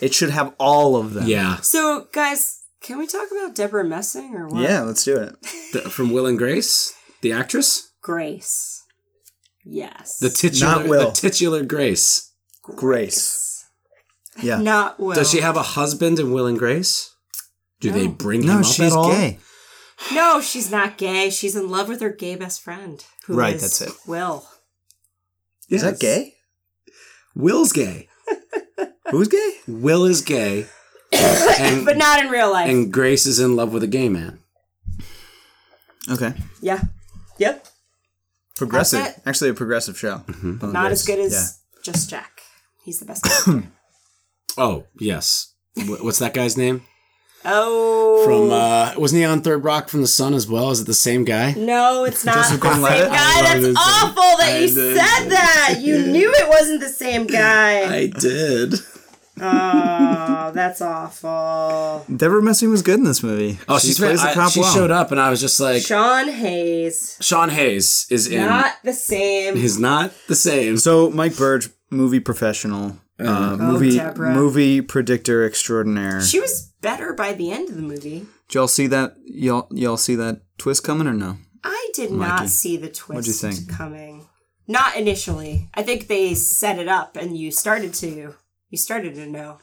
It should have all of them. Yeah, So, guys, can we talk about Deborah Messing or what? Yeah, let's do it. The- from Will and Grace, the actress, Grace. Yes. the titular, Not Will. the titular Grace. Grace. Yeah. Not Will. Does she have a husband in Will and Grace? Do they bring him No, up she's at all? gay. No, she's not gay. She's in love with her gay best friend. who Right, is that's it. Will. Is that gay? Will's (laughs) gay. Who's gay? Will (coughs) is gay, and, But not in real life. and Grace is in love with a gay man. Okay. yeah. Yep. Progressive. That's it. Actually, a progressive show. Will Not Grace. as good as Yeah. just Jack. He's the best. character. Oh yes, Wh- what's that guy's name? oh. From uh, wasn't he on Third Rock from the Sun as well? Is it the same guy? No, it's not the Joseph same Gordon-Levitt? guy. That's didn't- awful that I you didn't- said (laughs) that. You knew it wasn't the same guy. did. Oh, that's awful. Deborah Messing was good in this movie. Oh, she's plays I- the cop she well. showed up, and I was just like, Sean Hayes, Sean Hayes is in. not the same. he's not the same. So Mike Burge, movie professional, uh, movie Deborah. movie predictor extraordinaire. She was better by the end of the movie. Did y'all see that? Y'all y'all see that twist coming or no? I did Mikey, not see the twist what'd you think? coming. Not initially. I think they set it up, and you started to you started to know.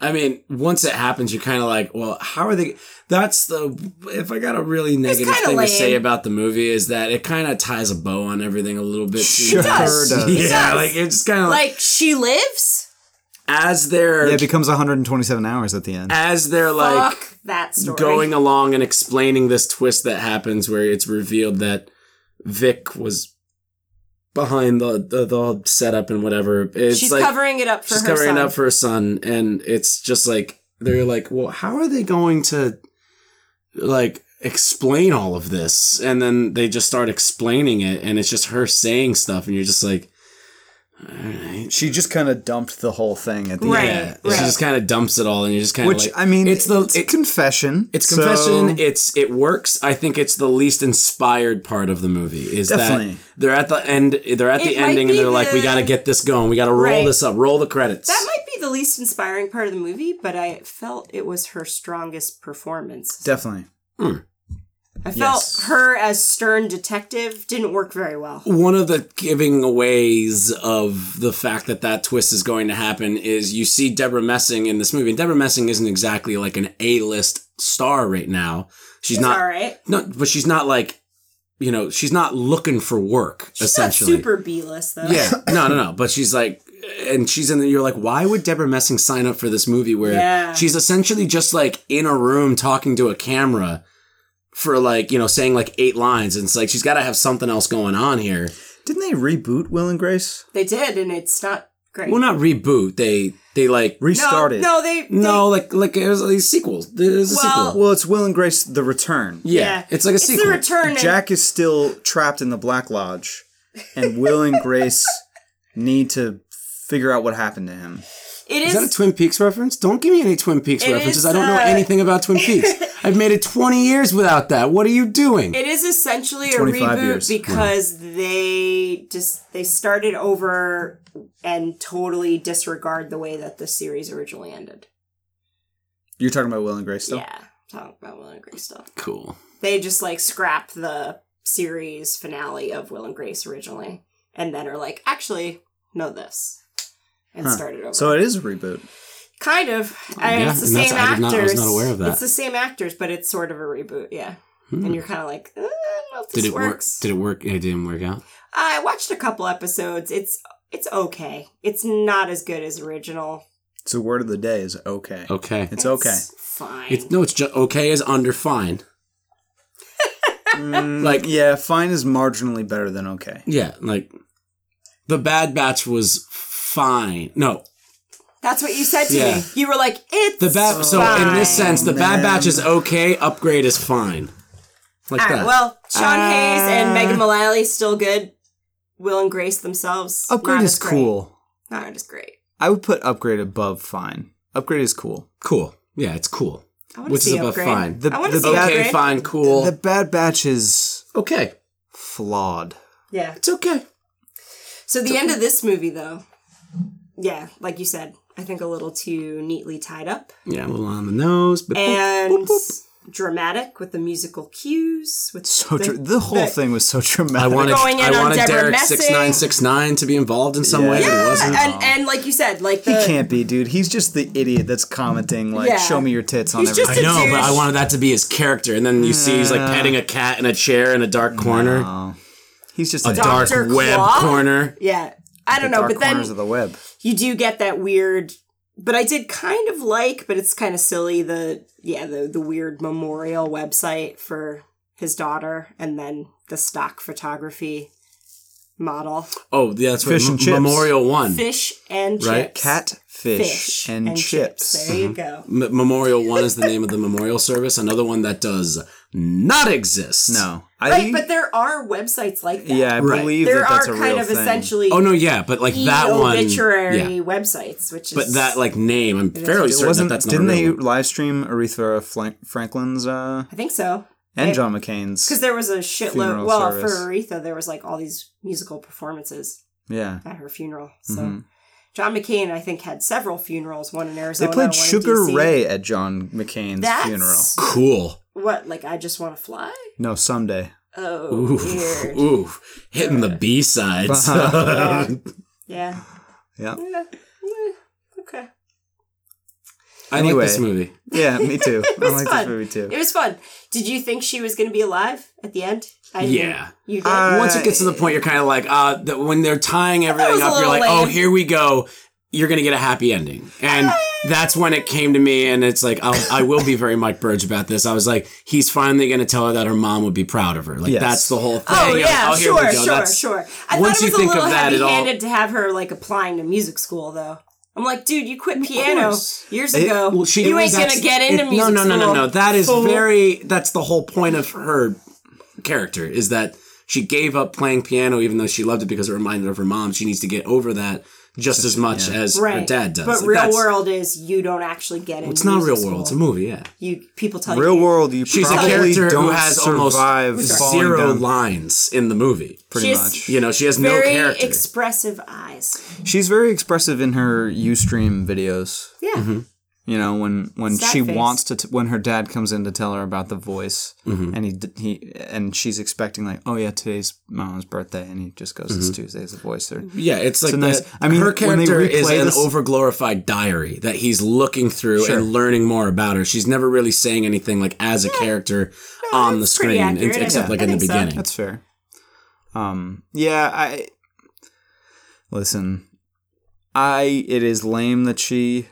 I mean, once it happens, you're kind of like, well, how are they? That's the. If I got a really negative kinda thing lame. to say about the movie is that it kind of ties a bow on everything a little bit. too. Sure does. does. Yeah, Yeah, does. like it's kind of like, Like she lives. as they're it becomes 127 hours at the end. as they're like Fuck that story. going along and explaining this twist that happens where it's revealed that Vic was behind the the, the setup and whatever. It's she's like covering it up for she's her covering son. it up for her son, and it's just like they're like, well, how are they going to like explain all of this? And then they just start explaining it, and it's just her saying stuff, and you're just like, all right. She just kind of dumped the whole thing at the Right. end. She just kind of dumps it all, and you're just kind of Which like, I mean, it's the it- confession. It's so- confession. It's it works. I think it's the least inspired part of the movie. Is Definitely. that they're at the end? They're at It the might ending, and be they're like, "We the- got to get this going. We got to roll Right. this up. Roll the credits." That might be the least inspiring part of the movie, but I felt it was her strongest performance. definitely. I felt Yes. her as stern detective didn't work very well. one of the giving aways of the fact that that twist is going to happen is you see Deborah Messing in this movie, and Deborah Messing isn't exactly like an A-list star right now. She's It's not all right. no, but she's not like you know she's not looking for work. She's not essentially, super B list though. Yeah, no, no, no. But she's like, and she's in. The, you're like, why would Deborah Messing sign up for this movie where Yeah. she's essentially just like in a room talking to a camera for like you know saying like eight lines, and it's like she's got to have something else going on here. Didn't they reboot Will and Grace? They did, and it's not great. Well, not reboot. They they like Restarted. No, no, they, they no like like it was these sequels. There's a Well- sequel. Well, it's Will and Grace: The Return. Yeah, it's like a it's sequel. the return. and- Jack is still trapped in the Black Lodge, and Will and Grace need to figure out what happened to him. it Is is. that a Twin Peaks reference? Don't give me any Twin Peaks It references. is, I don't know uh, anything about Twin (laughs) Peaks. I've made it 20 years without that. What are you doing? it is essentially a 25 reboot years. because they just they started over and totally disregard the way that the series originally ended. You're talking about Will and Grace still? Yeah, talk about Will and Grace stuff. cool. They just like scrap the series finale of Will and Grace originally, and then are like, actually, know this, and Huh. start it over. So it is a reboot. Kind of. I mean, yeah, it's the and that's- same I did actors. not- I was not aware of that. Hmm. It's the same actors, but it's sort of a reboot, yeah. And you're kind of like, "Uh, I don't know if this Did it works. work? Did it work? It didn't work out. I watched a couple episodes. It's it's okay. It's not as good as original. So word of the day is okay. Okay. It's okay. Fine. It's no. It's just okay is (laughs) under fine. like Yeah, fine is marginally better than okay. yeah, like the Bad Batch was fine. No, That's what you said to Yeah. me. You were like, it's the bad. so in this fine." sense, the Bad Batch is okay. Upgrade is fine. Like All right, that. well, Sean Hayes and Uh, Megan Mullally still good. Will and Grace themselves. Upgrade not is as great. cool. Not as great. I would put Upgrade above Fine. Upgrade is cool. Cool. Yeah, it's cool. I want to Which is see above upgrade. fine. The, I wanna the see bad, okay, Upgrade. fine, cool. The Bad Batch is okay. flawed. Yeah. It's okay. So the end of this movie, though, yeah, like you said, I think a little too neatly tied up Yeah, a little on the nose, but and dramatic with the musical cues. With So the, dr- the whole thing was so I dramatic. wanted Going in I on wanted Deborah Derek Messing. six nine six nine to be involved in some way, but Yeah. he wasn't. Yeah, and, and like you said, like he the can't be, dude. He's just the idiot that's commenting like, Yeah. "Show me your tits" on He's just everything. I (laughs) know, Dude. but I wanted that to be his character, and then you see he's like petting a cat in a chair in a dark corner, Oh. He's just a a dark Dr. web Claw? corner. yeah, I don't know, dark but then corners of the web. you do get that weird. But I did kind of like, but it's kind of silly. The yeah, the the weird memorial website for his daughter, and then the stock photography model, Oh, yeah, that's Fish right. and M- chips. Memorial One, fish and Right, chips, Cat, fish, and, chips. Mm-hmm. There you go. M- Memorial One is the name of the memorial service. Another one that does not exist. No, I Right, but there are websites like that. yeah, I Right. believe there that are that's a kind real of thing. essentially Oh no, yeah, but like e- that one, obituary yeah. websites, which is But that like name, I'm fairly It certain that wasn't. that's not didn't a real they one. live stream Aretha Flank- Franklin's uh, I think so. and It- John McCain's? Because there was a shitload. Funeral Well, service. for Aretha, there was like all these musical performances yeah, at her funeral. So John McCain, I think, had several funerals. One in Mm-hmm. they Arizona. played one in Sugar DC. Ray at John McCain's That's funeral. Cool. What? Like I just want to fly. No, someday. Oh, (laughs) Ooh, weird. ooh, hitting the B sides. (laughs) Yeah. Yeah. Yeah. Yeah. Okay. I like Anyway. this movie. Yeah, me (laughs) too. I was like this fun. movie too. It was fun. Did you think she was going to be alive at the end? I didn't. Yeah. You did. Uh, Once it gets to the point, you're kind of like, uh, that when they're tying everything was a up, you're little like, oh, lame. here we go. You're gonna get a happy ending, and that's when it came to me. And it's like, I'll, I will be very Mike Burge about this. I was like, he's finally gonna tell her that her mom would be proud of her. Like Yes. that's the whole thing. Oh You're like, yeah, here we sure, go. sure, That's- sure. once I thought you it was a think of little that, it all- heavy-handed to have her like applying to music school, though. I'm like, dude, you quit piano course. years It- ago. Well, she you knows ain't gonna that's- get it- into music No, no, no, no, school. no. That is Fool. very. That's the whole point of her character is that she gave up playing piano, even though she loved it because it reminded her of her mom. She needs to get over that just as much as her right. dad does. But Like, real that's- world is you don't actually get into. It's not music real world. It's a school. movie. Yeah. You people tell Real you world, you She's a probably character don't who has almost survive falling Zero down. lines in the movie. pretty She's much. You know, she has no very character. expressive eyes. She's very expressive in her UStream videos. Yeah, Mm-hmm. You know, when when Sad she face. wants to, t- when her dad comes in to tell her about the voice, Mm-hmm. and he d- he and she's expecting like, oh yeah, today's my mom's birthday, and he just goes, Mm-hmm. it's Tuesday's the voice. Mm-hmm. Or, yeah, it's like a that- nice- I mean, her when they character is replay an this- overglorified diary that he's looking through and learning more about her. She's never really saying anything like as a character on the that's pretty screen, accurate, ex- I except think. like I in the think so. beginning. That's fair. Um, yeah, I listen. I it is lame that she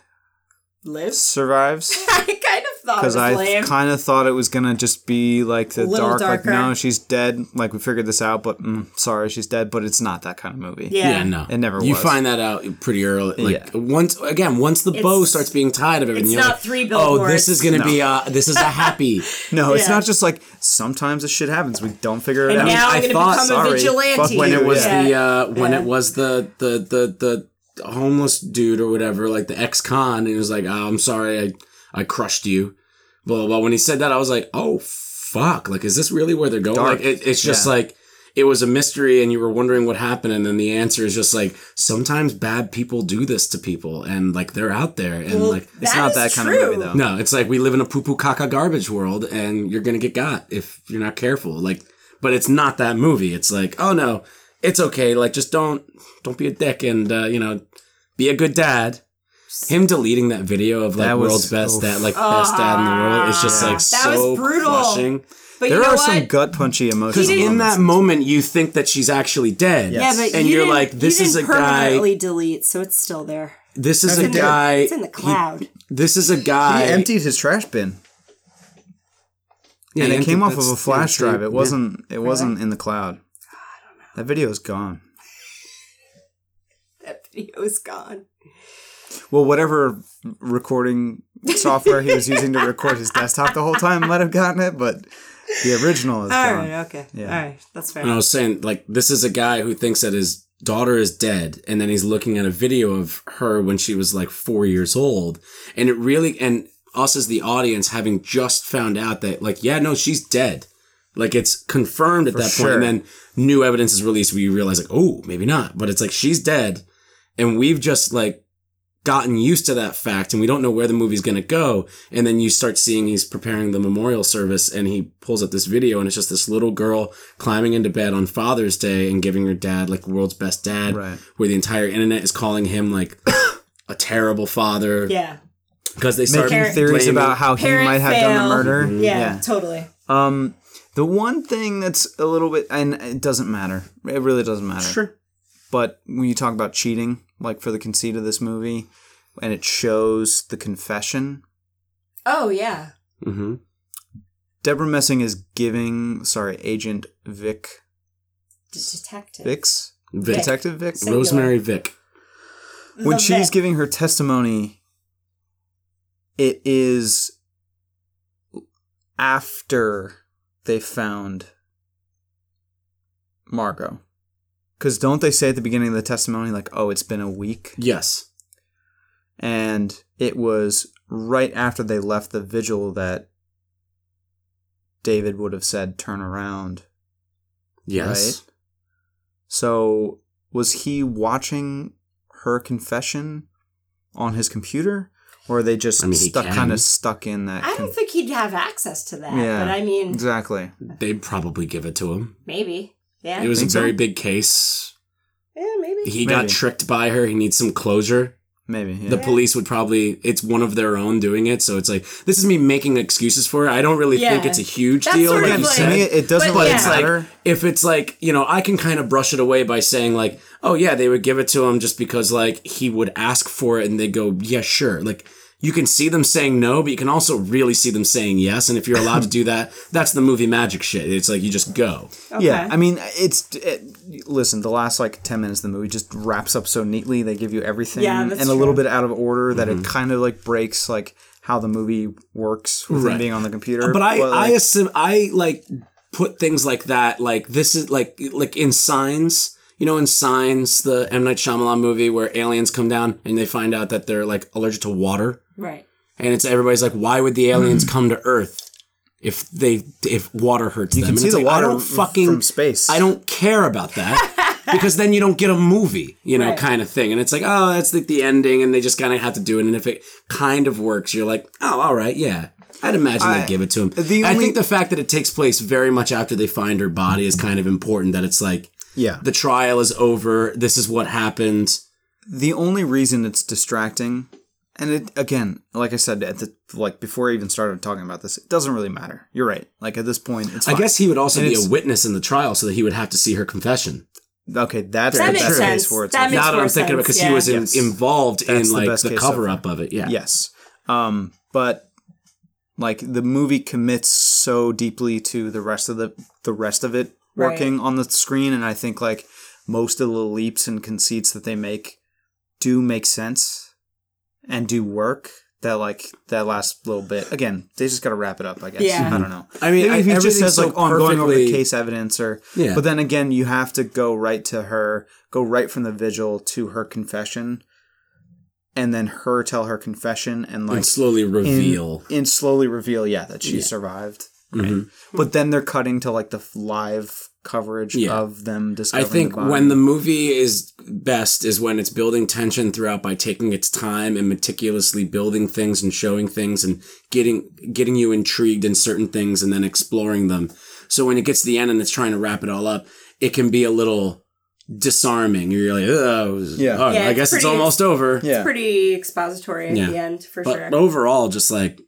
lives. survives. (laughs) I kind of thought it because was I lame. kind of thought it was gonna just be like the little dark, like darker. no, she's dead. Like we figured this out, but mm, sorry, she's dead. But it's not that kind of movie. yeah. yeah. no, It never You was. find that out pretty early. Like once again, once the It's- bow starts being tied of it, it's and you're not like, three Oh, this billboards." is gonna be uh, this is (laughs) a happy. (laughs) No, it's Yeah. not just like sometimes this shit happens. We don't figure it And out. now I I'm gonna thought- become sorry. a vigilante. Fuck when it was Yeah. the uh, when Yeah. it was the the the the homeless dude or whatever, like the ex con, and he was like, oh, "I'm sorry, I I crushed you." Blah, blah blah. When he said that, I was like, "Oh fuck!" Like, is this really where they're going? Dark. Like, it, it's just Yeah. like it was a mystery, and you were wondering what happened, and then the answer is just like sometimes bad people do this to people, and like they're out there, and Well, like. it's not is that kind true. of movie though. No, it's like we live in a poo poo caca garbage world, and you're gonna get got if you're not careful. Like, but it's not that movie. It's like, oh no, it's okay. Like, just don't don't be a dick, and uh, you know, be a good dad. Him deleting that video of like That was- world's best oof. dad, like best dad in the world, is just Ah, like that was so brutal. crushing. But there you know are what? some gut punchy emotions Because in that moment, you think that she's actually dead. Yes. Yeah, but and you you're didn't- like, you this is a didn't guy. permanently delete, so it's still there. This is It's a in the- guy. It's in the he- cloud. (laughs) this is a he guy. emptied his trash bin, Yeah, and he it came emptied- off of that's- a flash yeah, drive. It (laughs) yeah. wasn't. It wasn't in the cloud. That video is gone. that video is gone. Well, whatever recording software he was using to record his desktop the whole time might have gotten it, but the original is (laughs) All gone. right, okay. All right, that's fair. And I was saying, like, this is a guy who thinks that his daughter is dead and then he's looking at a video of her when she was like 4 years old and it really and us as the audience having just found out that like yeah no she's dead like it's confirmed at that point, sure. and then new evidence is released where you realize like oh maybe not but it's like she's dead and we've just like gotten used to that fact and we don't know where the movie's going to go and then you start seeing he's preparing the memorial service and he pulls up this video and it's just this little girl climbing into bed on father's day and giving her dad like world's best dad Right. where the entire internet is calling him like (coughs) a terrible father Yeah. because they start Making Parent- theories blaming- about how Oh, he Parent might have done fail. the murder. Yeah, totally. Um, the one thing that's a little bit, and it doesn't matter. It really doesn't matter. Sure. But when you talk about cheating, like for the conceit of this movie, and it shows the confession, Oh yeah. hmm Deborah Messing is giving, sorry, Agent Vic, D- detective. Vix, Vic. Detect- Detective Vic, Singular. Rosemary Vic The when she's vet. giving her testimony, it is after they found Margot. Because don't they say at the beginning of the testimony, like, oh, it's been a week? yes And it was right after they left the vigil that David would have said, turn around. yes Right? So was he watching her confession on his computer, or are they just I mean, he stuck can. kind of stuck in that? I con- don't think he'd have access to that. Yeah. But I mean, exactly. they'd probably give it to him maybe. Yeah. it was a Think so? very big case yeah, maybe. he got Maybe. tricked by her he needs some closure Maybe yeah. the police would probably it's one of their own doing it so it's like this is me making excuses for it i don't really think Yeah. it's a huge That's deal sort like of you like- to said me, it doesn't But really it's like- matter. if it's like you know i can kind of brush it away by saying like oh yeah they would give it to him just because like he would ask for it and they go yeah sure like you can see them saying no but you can also really see them saying yes and if you're allowed to do that that's the movie magic shit it's like you just go Okay. Yeah, I mean, it's it, listen. The last like ten minutes of the movie just wraps up so neatly. They give you everything, Yeah, and that's a little true. bit out of order that Mm-hmm. it kind of like breaks like how the movie works with Right. him being on the computer. But I, I like, assume I like put things like that. Like this is like like in Signs. You know, in Signs, the M Night Shyamalan movie where aliens come down and they find out that they're like allergic to water, Right. and it's everybody's like, why would the aliens Hmm. come to Earth if they if water hurts you them? can And see it's the like, water I don't f- fucking from space. I don't care about that because then you don't get a movie, you know, Right. kind of thing. And it's like, oh, that's like the ending, and they just kind of have to do it. And if it kind of works, you're like, oh, all right, yeah. I'd imagine I- they'd give it to him. the I only- think the fact that it takes place very much after they find her body is kind of important. That it's like yeah. the trial is over. This is what happened. the only reason it's distracting and it again like i said at the like before i even started talking about this it doesn't really matter you're right like at this point it's I fine. guess he would also And be it's- a witness in the trial, so that he would have to see her confession. okay that's That the makes best sense. case where it's That like, makes Now that more I'm thinking about, sense, because yeah. he was in, Yes. involved That's in the like best the, case so cover up of it. Yeah. yes um but like the movie commits so deeply to the rest of the the rest of it Right. working on the screen and i think like most of the leaps and conceits that they make do make sense and do work that like that last little bit again they just got to wrap it up i guess Yeah. i don't know I mean, Maybe if he just everything's says so like, "Oh, I'm going over the perfectly- case evidence," or Yeah. but then again, you have to go right to her, go right from the vigil to her confession, and then her tell her confession and like and slowly in- reveal. and slowly reveal, yeah, that she survived. Mhm. But then they're cutting to like the f- live coverage Yeah. of them I discovering. think the body. when the movie is best is when it's building tension throughout by taking its time and meticulously building things and showing things and getting getting you intrigued in certain things and then exploring them. So when it gets to the end and it's trying to wrap it all up, it can be a little disarming. You're like, oh, Yeah. all right, Yeah, I it's guess it's pretty- almost over. yeah, Pretty expository at Yeah. the end for But sure. overall, just like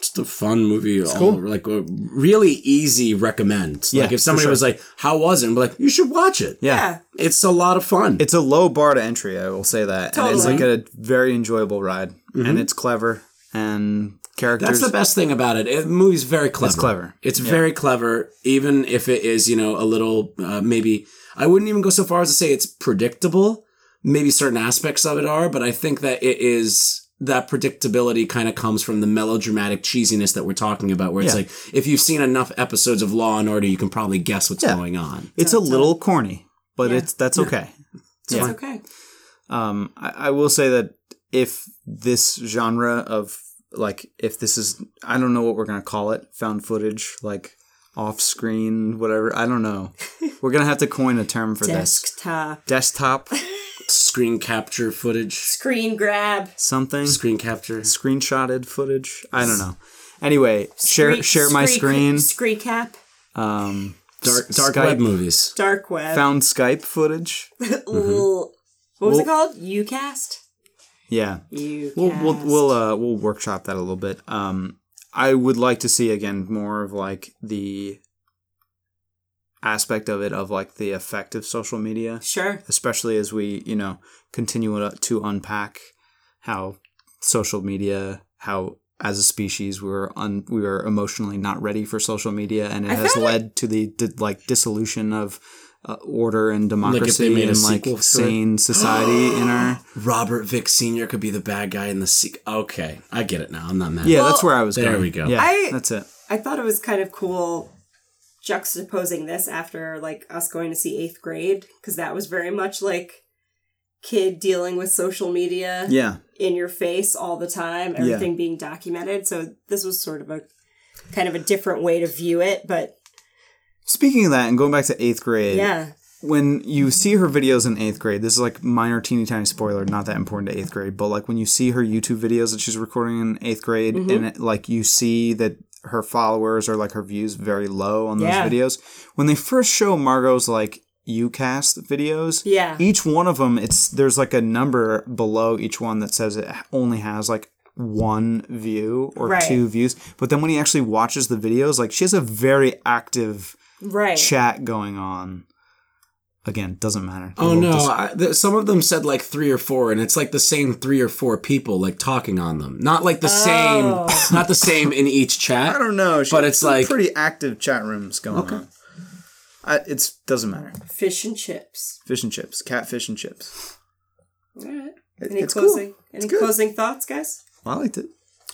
just a fun movie. all- cool. Like a really easy recommend. Yeah, like if for somebody sure. was like, "How was it?" I'm like, "You should watch it." yeah. yeah. It's a lot of fun. It's a low bar to entry, I will say that. And it's Totally. like a very enjoyable ride. Mm-hmm. And it's clever and characters. That's the best thing about it. it the movie's very clever. It's clever. It's very clever, even if it is, you know, a little uh, maybe. I wouldn't even go so far as to say it's predictable. Maybe certain aspects of it are, but I think that it is that predictability kind of comes from the melodramatic cheesiness that we're talking about, where it's Yeah. like if you've seen enough episodes of Law and Order, you can probably guess what's Yeah. going on. It's a little corny. but Yeah. it's that's okay. It's Yeah. okay. Um, I, I will say that if this genre of like if this is I don't know what we're gonna call it, found footage, like off screen, whatever. I don't know. we're gonna have to coin a term for this. Desktop. Desktop Screen capture footage. Screen grab. something. Screen capture. Screenshotted footage. I don't know. Anyway, share Scree- share my scree- screen. Screen cap. Um, Dark S- dark Skype web movies. Dark web. (laughs) found Skype footage. Ooh. What was it Well- called? UCast? Yeah, UCast. we'll we'll we'll, uh, we'll workshop that a little bit. Um, I would like to see again more of like the aspect of it of like the effect of social media, Sure. especially as we you know continue it to unpack how social media how as a species we were un- we were emotionally not ready for social media and it I has found it- led to the di- like dissolution of uh, order and if democracy they made a and sequel for like it. (gasps) sane society in our Robert Vick Sr. could be the bad guy in the sequel. Okay, I get it now. I'm not mad. yeah Well, that's where i was there going we go. yeah I- that's it I thought it was kind of cool juxtaposing this after like us going to see eighth grade because that was very much like kid dealing with social media yeah in your face all the time everything being documented so this was sort of a kind of a different way to view it but speaking of that and going back to eighth grade yeah when you see her videos in eighth grade, this is like minor, teeny tiny spoiler, not that important to eighth grade, but like when you see her YouTube videos that she's recording in eighth grade, Mm-hmm. and it, like you see that her followers or like her views very low on those Yeah. videos, when they first show Margot's like UCast videos, Yeah. each one of them, it's there's like a number below each one that says it only has like one view or Right. two views, but then when he actually watches the videos, like she has a very active right chat going on. Again, doesn't matter. Oh We'll no! just- I, th- some of them said like three or four, and it's like the same three or four people like talking on them. Not like the Oh. same, (laughs) not the same in each chat. I don't know. She But has it's some like- pretty active chat rooms going on. I, it's doesn't matter. fish and chips Fish and chips, cat fish and chips. all right It- any it's cool. closing any good. closing thoughts guys I liked it.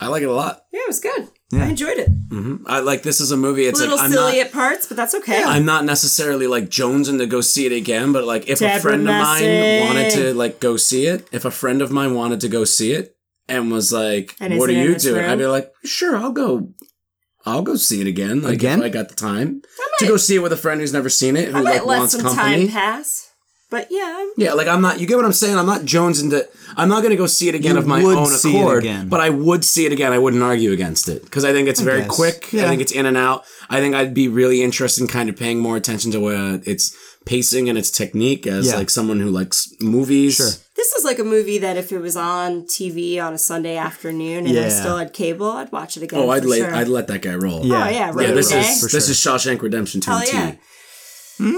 I like it a lot. Mm-hmm. yeah it was good Yeah. i enjoyed it I like this is a movie. It's a little like I'm silly not, at parts but that's okay I'm not necessarily like jonesing to go see it again, but like if Deborah a friend of Messing. mine wanted to like go see it, if a friend of mine wanted to go see it and was like, And "What are isn't in you this doing?" room? I'd be like, "Sure, I'll go." I'll go see it again. Like Again? if I got the time to go see it with a friend who's never seen it, who i might like let wants some company. time pass but yeah I'm, Yeah, like I'm not. You get what I'm saying? I'm not Jones into. I'm not going to go see it again You of my would own see it accord. again. But I would see it again. I wouldn't argue against it because I think it's very guess. quick. Yeah. I think it's in and out. I think I'd be really interested in kind of paying more attention to uh, its pacing and its technique as Yeah. like someone who likes movies. Sure. This is like a movie that if it was on TV on a Sunday afternoon and I Yeah. still had cable, I'd watch it again. Oh, I'd for let sure. I'd let that guy roll. Yeah. Oh yeah, right Yeah, this away. is For this sure. is Shawshank Redemption to Hell a T. yeah. Ooh,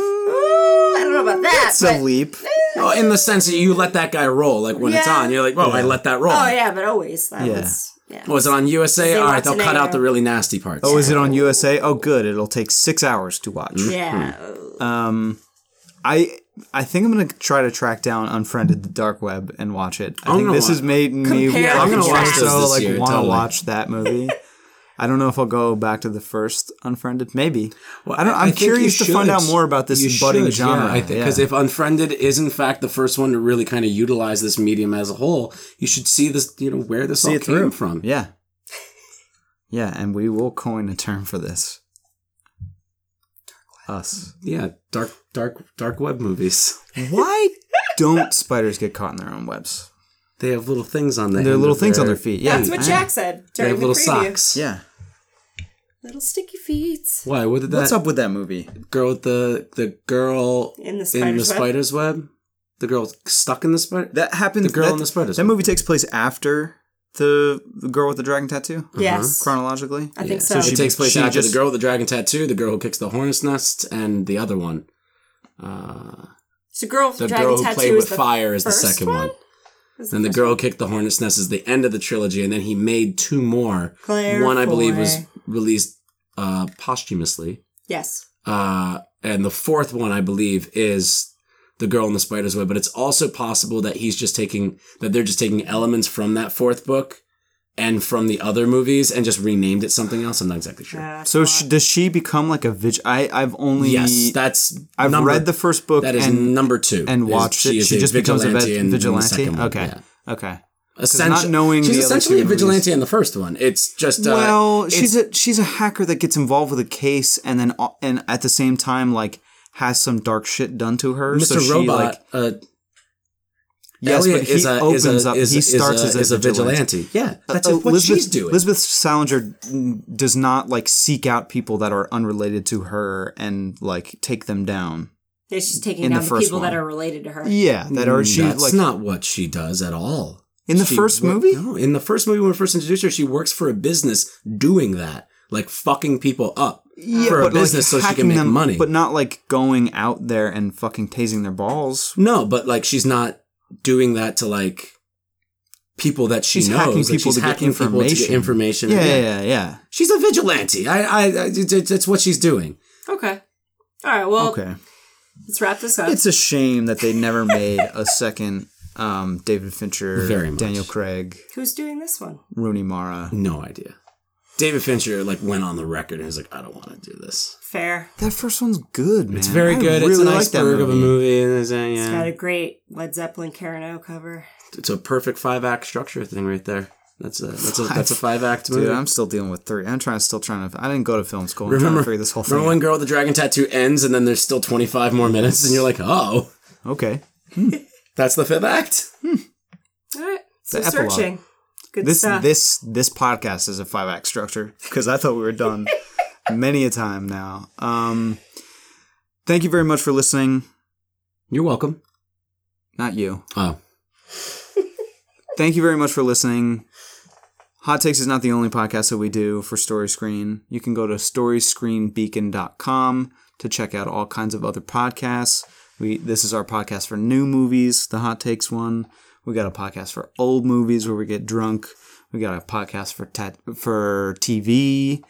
I don't know about that. It's but- a leap. Well, Oh, in the sense that you let that guy roll, like when it's Yeah. on, you're like, "Whoa, I let that roll." oh yeah, but always that Yeah. was yeah. Was it on USA? They All right, want they'll to cut know. out the really nasty parts. Oh, is it on USA? Oh, good. It'll take six hours to watch. hmm. yeah. Um, I I think I'm gonna try to track down Unfriended: The Dark Web and watch it. I I'm think gonna this has watch- made me Compare I'm and gonna watch contrast. so This like year, want to totally. watch that movie. I don't know if I'll go back to the first Unfriended. Maybe I don't. I I'm think you curious to find should. out more about this You budding should, genre. Yeah, I think because yeah. if Unfriended is in fact the first one to really kind of utilize this medium as a whole, you should see this. You know where this all it came through. from. yeah, yeah, and we will coin a term for this. Us. yeah, dark, dark, dark web movies. Why don't spiders get caught in their own webs? They have little things on their. They're little things on their feet. Yeah, That's what I- Jack said They during have the little preview. socks. Yeah. Little sticky feet Why? What did that What's up with that movie? girl with the the girl in in the the spider's web. spider's web? The girl stuck in the spider. That happened. The girl that, in the spider's That web. movie takes place after the, the girl with the dragon tattoo. Yes. Chronologically. I think so. Uh-huh. So she She- takes place she after just- the girl with the dragon tattoo, the girl who kicks the hornet's nest, and the other one. Uh, so girl with the dragon girl who tattoo played is with the fire is the first second one? one. Is Then the first girl who kicked the hornet's nest is the end of the trilogy, and then he made two more. Claire one I believe was Foy. released uh, posthumously, Yes. uh, and the fourth one I believe is the girl in the spider's web. But it's also possible that he's just taking that they're just taking elements from that fourth book and from the other movies and just renamed it something else. I'm not exactly sure. Uh, So sh- does she become like a vig? I I've only yes, that's I've number- read the first book That is and number two. and is watched it. is She a just becomes a vig- in- in the vigilante. second one, okay, yeah. okay. Essentia- not knowing she's the other essentially two a vigilante movies. in the first one. It's just uh, well, it's- she's a she's a hacker that gets involved with a case and then a- and at the same time like has some dark shit done to her. Mr. So she Robot. like uh, yes, Elliot but he is a, opens is a, up. Is a, he starts is a, as is a vigilante. Yeah, that's Uh, what she's doing. Elizabeth Salinger mm, does not like seek out people that are unrelated to her and like take them down. They're just taking In down the the, first people that one. are related to her. Yeah, that are she Mm, that's like not what she does at all. in the She first wor- movie. No, in the first movie when we first introduced her, she works for a business doing that, like fucking people up for a business so she hacking can make them, money. But not like going out there and fucking tasing their balls. no, but like she's not doing that to like people that she She's knows. hacking Like, people she's to get hacking people to get information. information. Yeah, yeah, yeah. yeah. She's a vigilante. I, I, I it's- it's it's what she's doing. Okay. All right. Well, okay. let's wrap this up. It's a shame that they never made a second um, David Fincher, Very much. Daniel Craig, Who's doing this one? Rooney Mara. No idea. David Fincher like went on the record and was like, I don't want to do this. Fair. That first one's good, man. It's very I good. it's really an like that iceberg of a movie. And it's, uh, It's yeah. got a great Led Zeppelin Carano cover. it's a perfect five act structure thing right there. That's a (laughs) that's a that's a five act movie. Dude, I'm still dealing with three. I'm trying, still trying to. I didn't go to film school. I'm trying (laughs) remember to figure this whole thing. remember when Girl with the Dragon Tattoo ends and then there's still 25 more minutes and you're like, oh, out. Okay, that's the fifth act. All right. So The epilogue. searching. Good this stuff. this this podcast is a five act structure because I thought we were (laughs) done many a time now. Um, thank you very much for listening. You're welcome. Not you. Oh, Thank you very much for listening. Hot Takes is not the only podcast that we do for Story Screen. You can go to storyscreenbeacon.com to check out all kinds of other podcasts. We this is our podcast for new movies, the Hot Takes one. We got a podcast for old movies where we get drunk. We got a podcast for tat- for TV.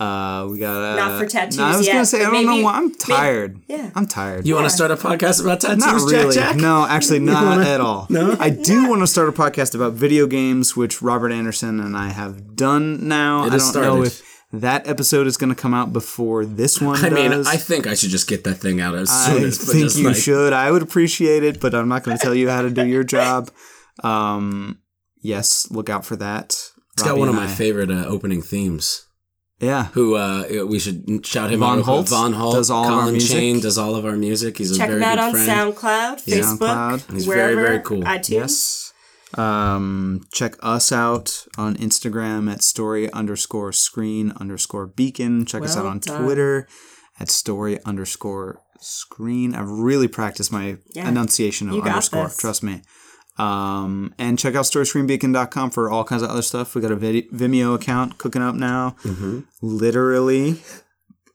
Uh, we got a, Not for tattoos I was gonna yet, say but I don't maybe- know why I'm maybe- tired. yeah. I'm tired. you want to start a podcast about tattoos? Not Jack really. Jack? No, actually, not at (laughs) all. No, I do want to start a podcast about video games, which Robert Anderson and I have done now. I has don't know started. if that episode is going to come out before this one. I mean, does. I think I should just get that thing out as I soon as. but think just, you like, should. I would appreciate it, but I'm not going to tell you how to do your job. Um, yes, look out for that. It's got one of my favorite uh, opening themes. Yeah, Who uh, we should shout him Von out? Holtz Von Holt does all of our Colin music. Chain does all of our music. He's a Check very them out good on friend. SoundCloud, Yeah. Facebook, SoundCloud. He's very, wherever, very cool. iTunes. Yes. Um, check us out on Instagram at story underscore screen underscore beacon. Check us out Well on done. Twitter at story underscore screen. I've really practiced my Yeah. enunciation of You got underscore. this. Trust me. Um, and check out storyscreenbeacon.com for all kinds of other stuff. We got a vid- Vimeo account cooking up now. Mm-hmm. Literally,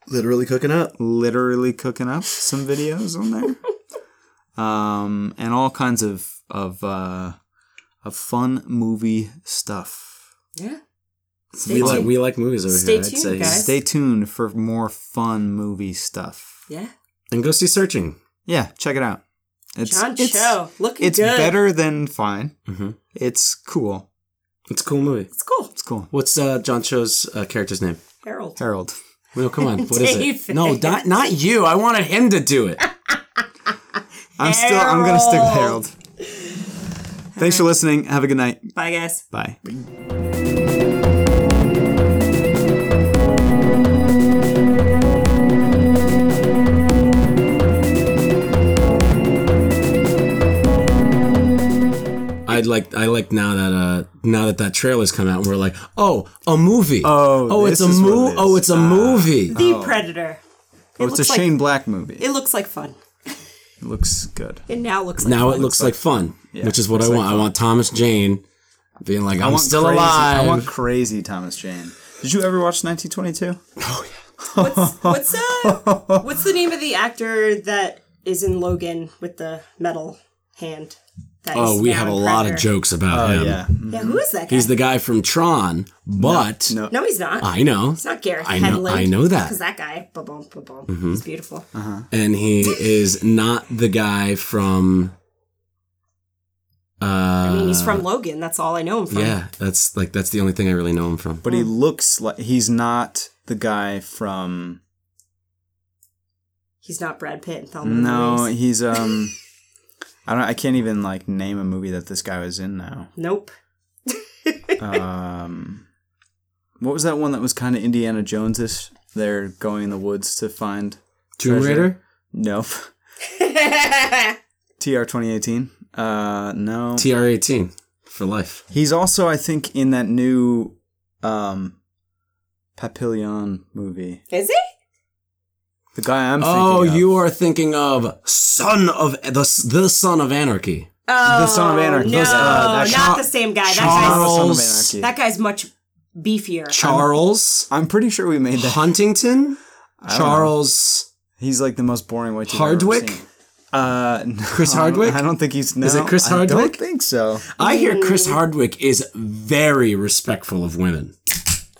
Literally cooking up. literally cooking up some videos on there, (laughs) um, and all kinds of of uh, of fun movie stuff. Yeah. Stay We like tuned. we like movies over Stay here. tuned, I'd say. guys. Stay tuned for more fun movie stuff. yeah. And go see Searching. Yeah, check it out. It's John it's, Cho. Looking it's good. better than fine. Mm-hmm. It's cool. It's a cool movie. It's cool. It's cool. What's uh, John Cho's uh, character's name? Harold. Harold. No, come (laughs) on. What is it? David. No, not, not you. I wanted him to do it. I'm still. I'm gonna stick with Harold. Thanks for listening. Have a good night. Bye, guys. Bye. (laughs) Oh, I'd like. I like now that uh, now that that trailer's come out, and we're like, oh, a movie. Oh, oh, it's this a is what it movie. is. oh, it's a movie. The Predator. It Oh, it's a looks like- Shane Black movie. It looks like fun. It looks good. It now looks like Now fun. it looks like fun, which is what I want. I want Thomas Jane being like, I I'm want still crazy, alive. I want crazy Thomas Jane. Did you ever watch (laughs) 1922? (laughs) What's what's, uh, Oh, what's the name of the actor that is in Logan with the metal hand? That oh, is we now have a in lot of Predator? jokes about him. Yeah, who is that guy? He's the guy from Tron, but Oh, no. no, he's not. I know. It's not Gareth I know- Hedlund. I know that. Mm-hmm. Because that guy, ba-boom, ba-boom, he's beautiful. and he is not the guy from. Uh, I mean, he's from Logan. That's all I know him from. Yeah, that's like that's the only thing I really know him from. But he looks like he's not the guy from. He's not Brad Pitt and Thelma. and No, Louise. he's um. I don't. I can't even like name a movie that this guy was in now. Nope. (laughs) Um, what was that one that was kind of Indiana Jones-ish? They're going in the woods to find. Tomb Treasure. Raider, Nope. (laughs) TR 2018. Uh, no. TR eighteen for life. He's also, I think, in that new um, Papillon movie. Is it? The guy I'm thinking Oh, of. you are thinking of Son of the the Son of Anarchy. Oh, Son of Anarchy. No, Those, uh, that not Char- the same guy. That guy's, Charles- Anarchy. that guy's much beefier. Charles I'm pretty sure we made that. Huntington, don't know. Charles. He's like the most boring white dude I've ever Hardwick? seen. Uh, no, Chris Hardwick? I don't think he's. No, Is it Chris I Hardwick? don't think so. I hear Chris Mm. Hardwick is very respectful of women.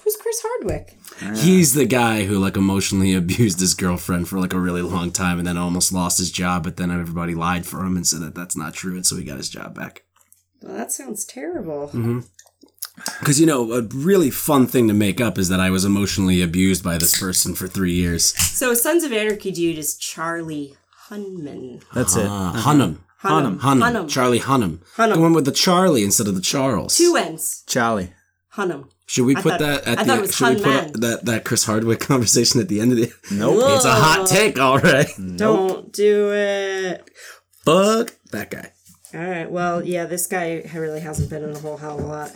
Who's Chris Hardwick? He's the guy who like emotionally (laughs) abused his girlfriend for like a really long time and then almost lost his job, but then everybody lied for him and said that that's not true, and so he got his job back. Well, that sounds terrible. Mm-hmm. Because you know, a really fun thing to make up is that I was emotionally abused by this person for three years. So, Sons of Anarchy dude is Charlie Hunman. That's Uh, Uh-huh. Hunnam. Hunnam. Hunnam. Hunnam. Charlie Hunnam. Hunnam. The one with the Charlie instead of the Charles. Two N's. it. Charlie. Hunnam. Should we I put thought- that at I the thought it was should we put Hunman. that that Chris Hardwick (laughs) conversation at the end of the Nope. Whoa. It's a hot take, all right. Don't do it. Fuck that guy. All right. Well, yeah, this guy really hasn't been in a whole hell of a lot.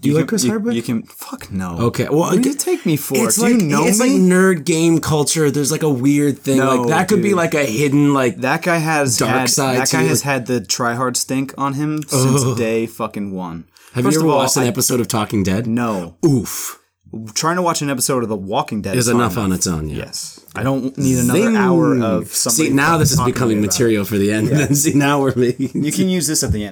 Do you, can- like Chris Hardwick? You can. Fuck no. Okay, well, what do you it- take me for? It's Do like you know it's me? like nerd game culture. There's like a weird thing No, like that could be dude. like a hidden like That guy has Dark had, side That guy too. has had the tryhard stink on him since day fucking one. Have First you ever of all, watched an I- episode of Talking Dead? No, Oof, trying to watch an episode of The Walking Dead is not enough on its own. Yeah. Yes, I don't need another Zing. hour of something. See, now this is becoming material for the end. Then (laughs) see, now we're making. You can use this at the end.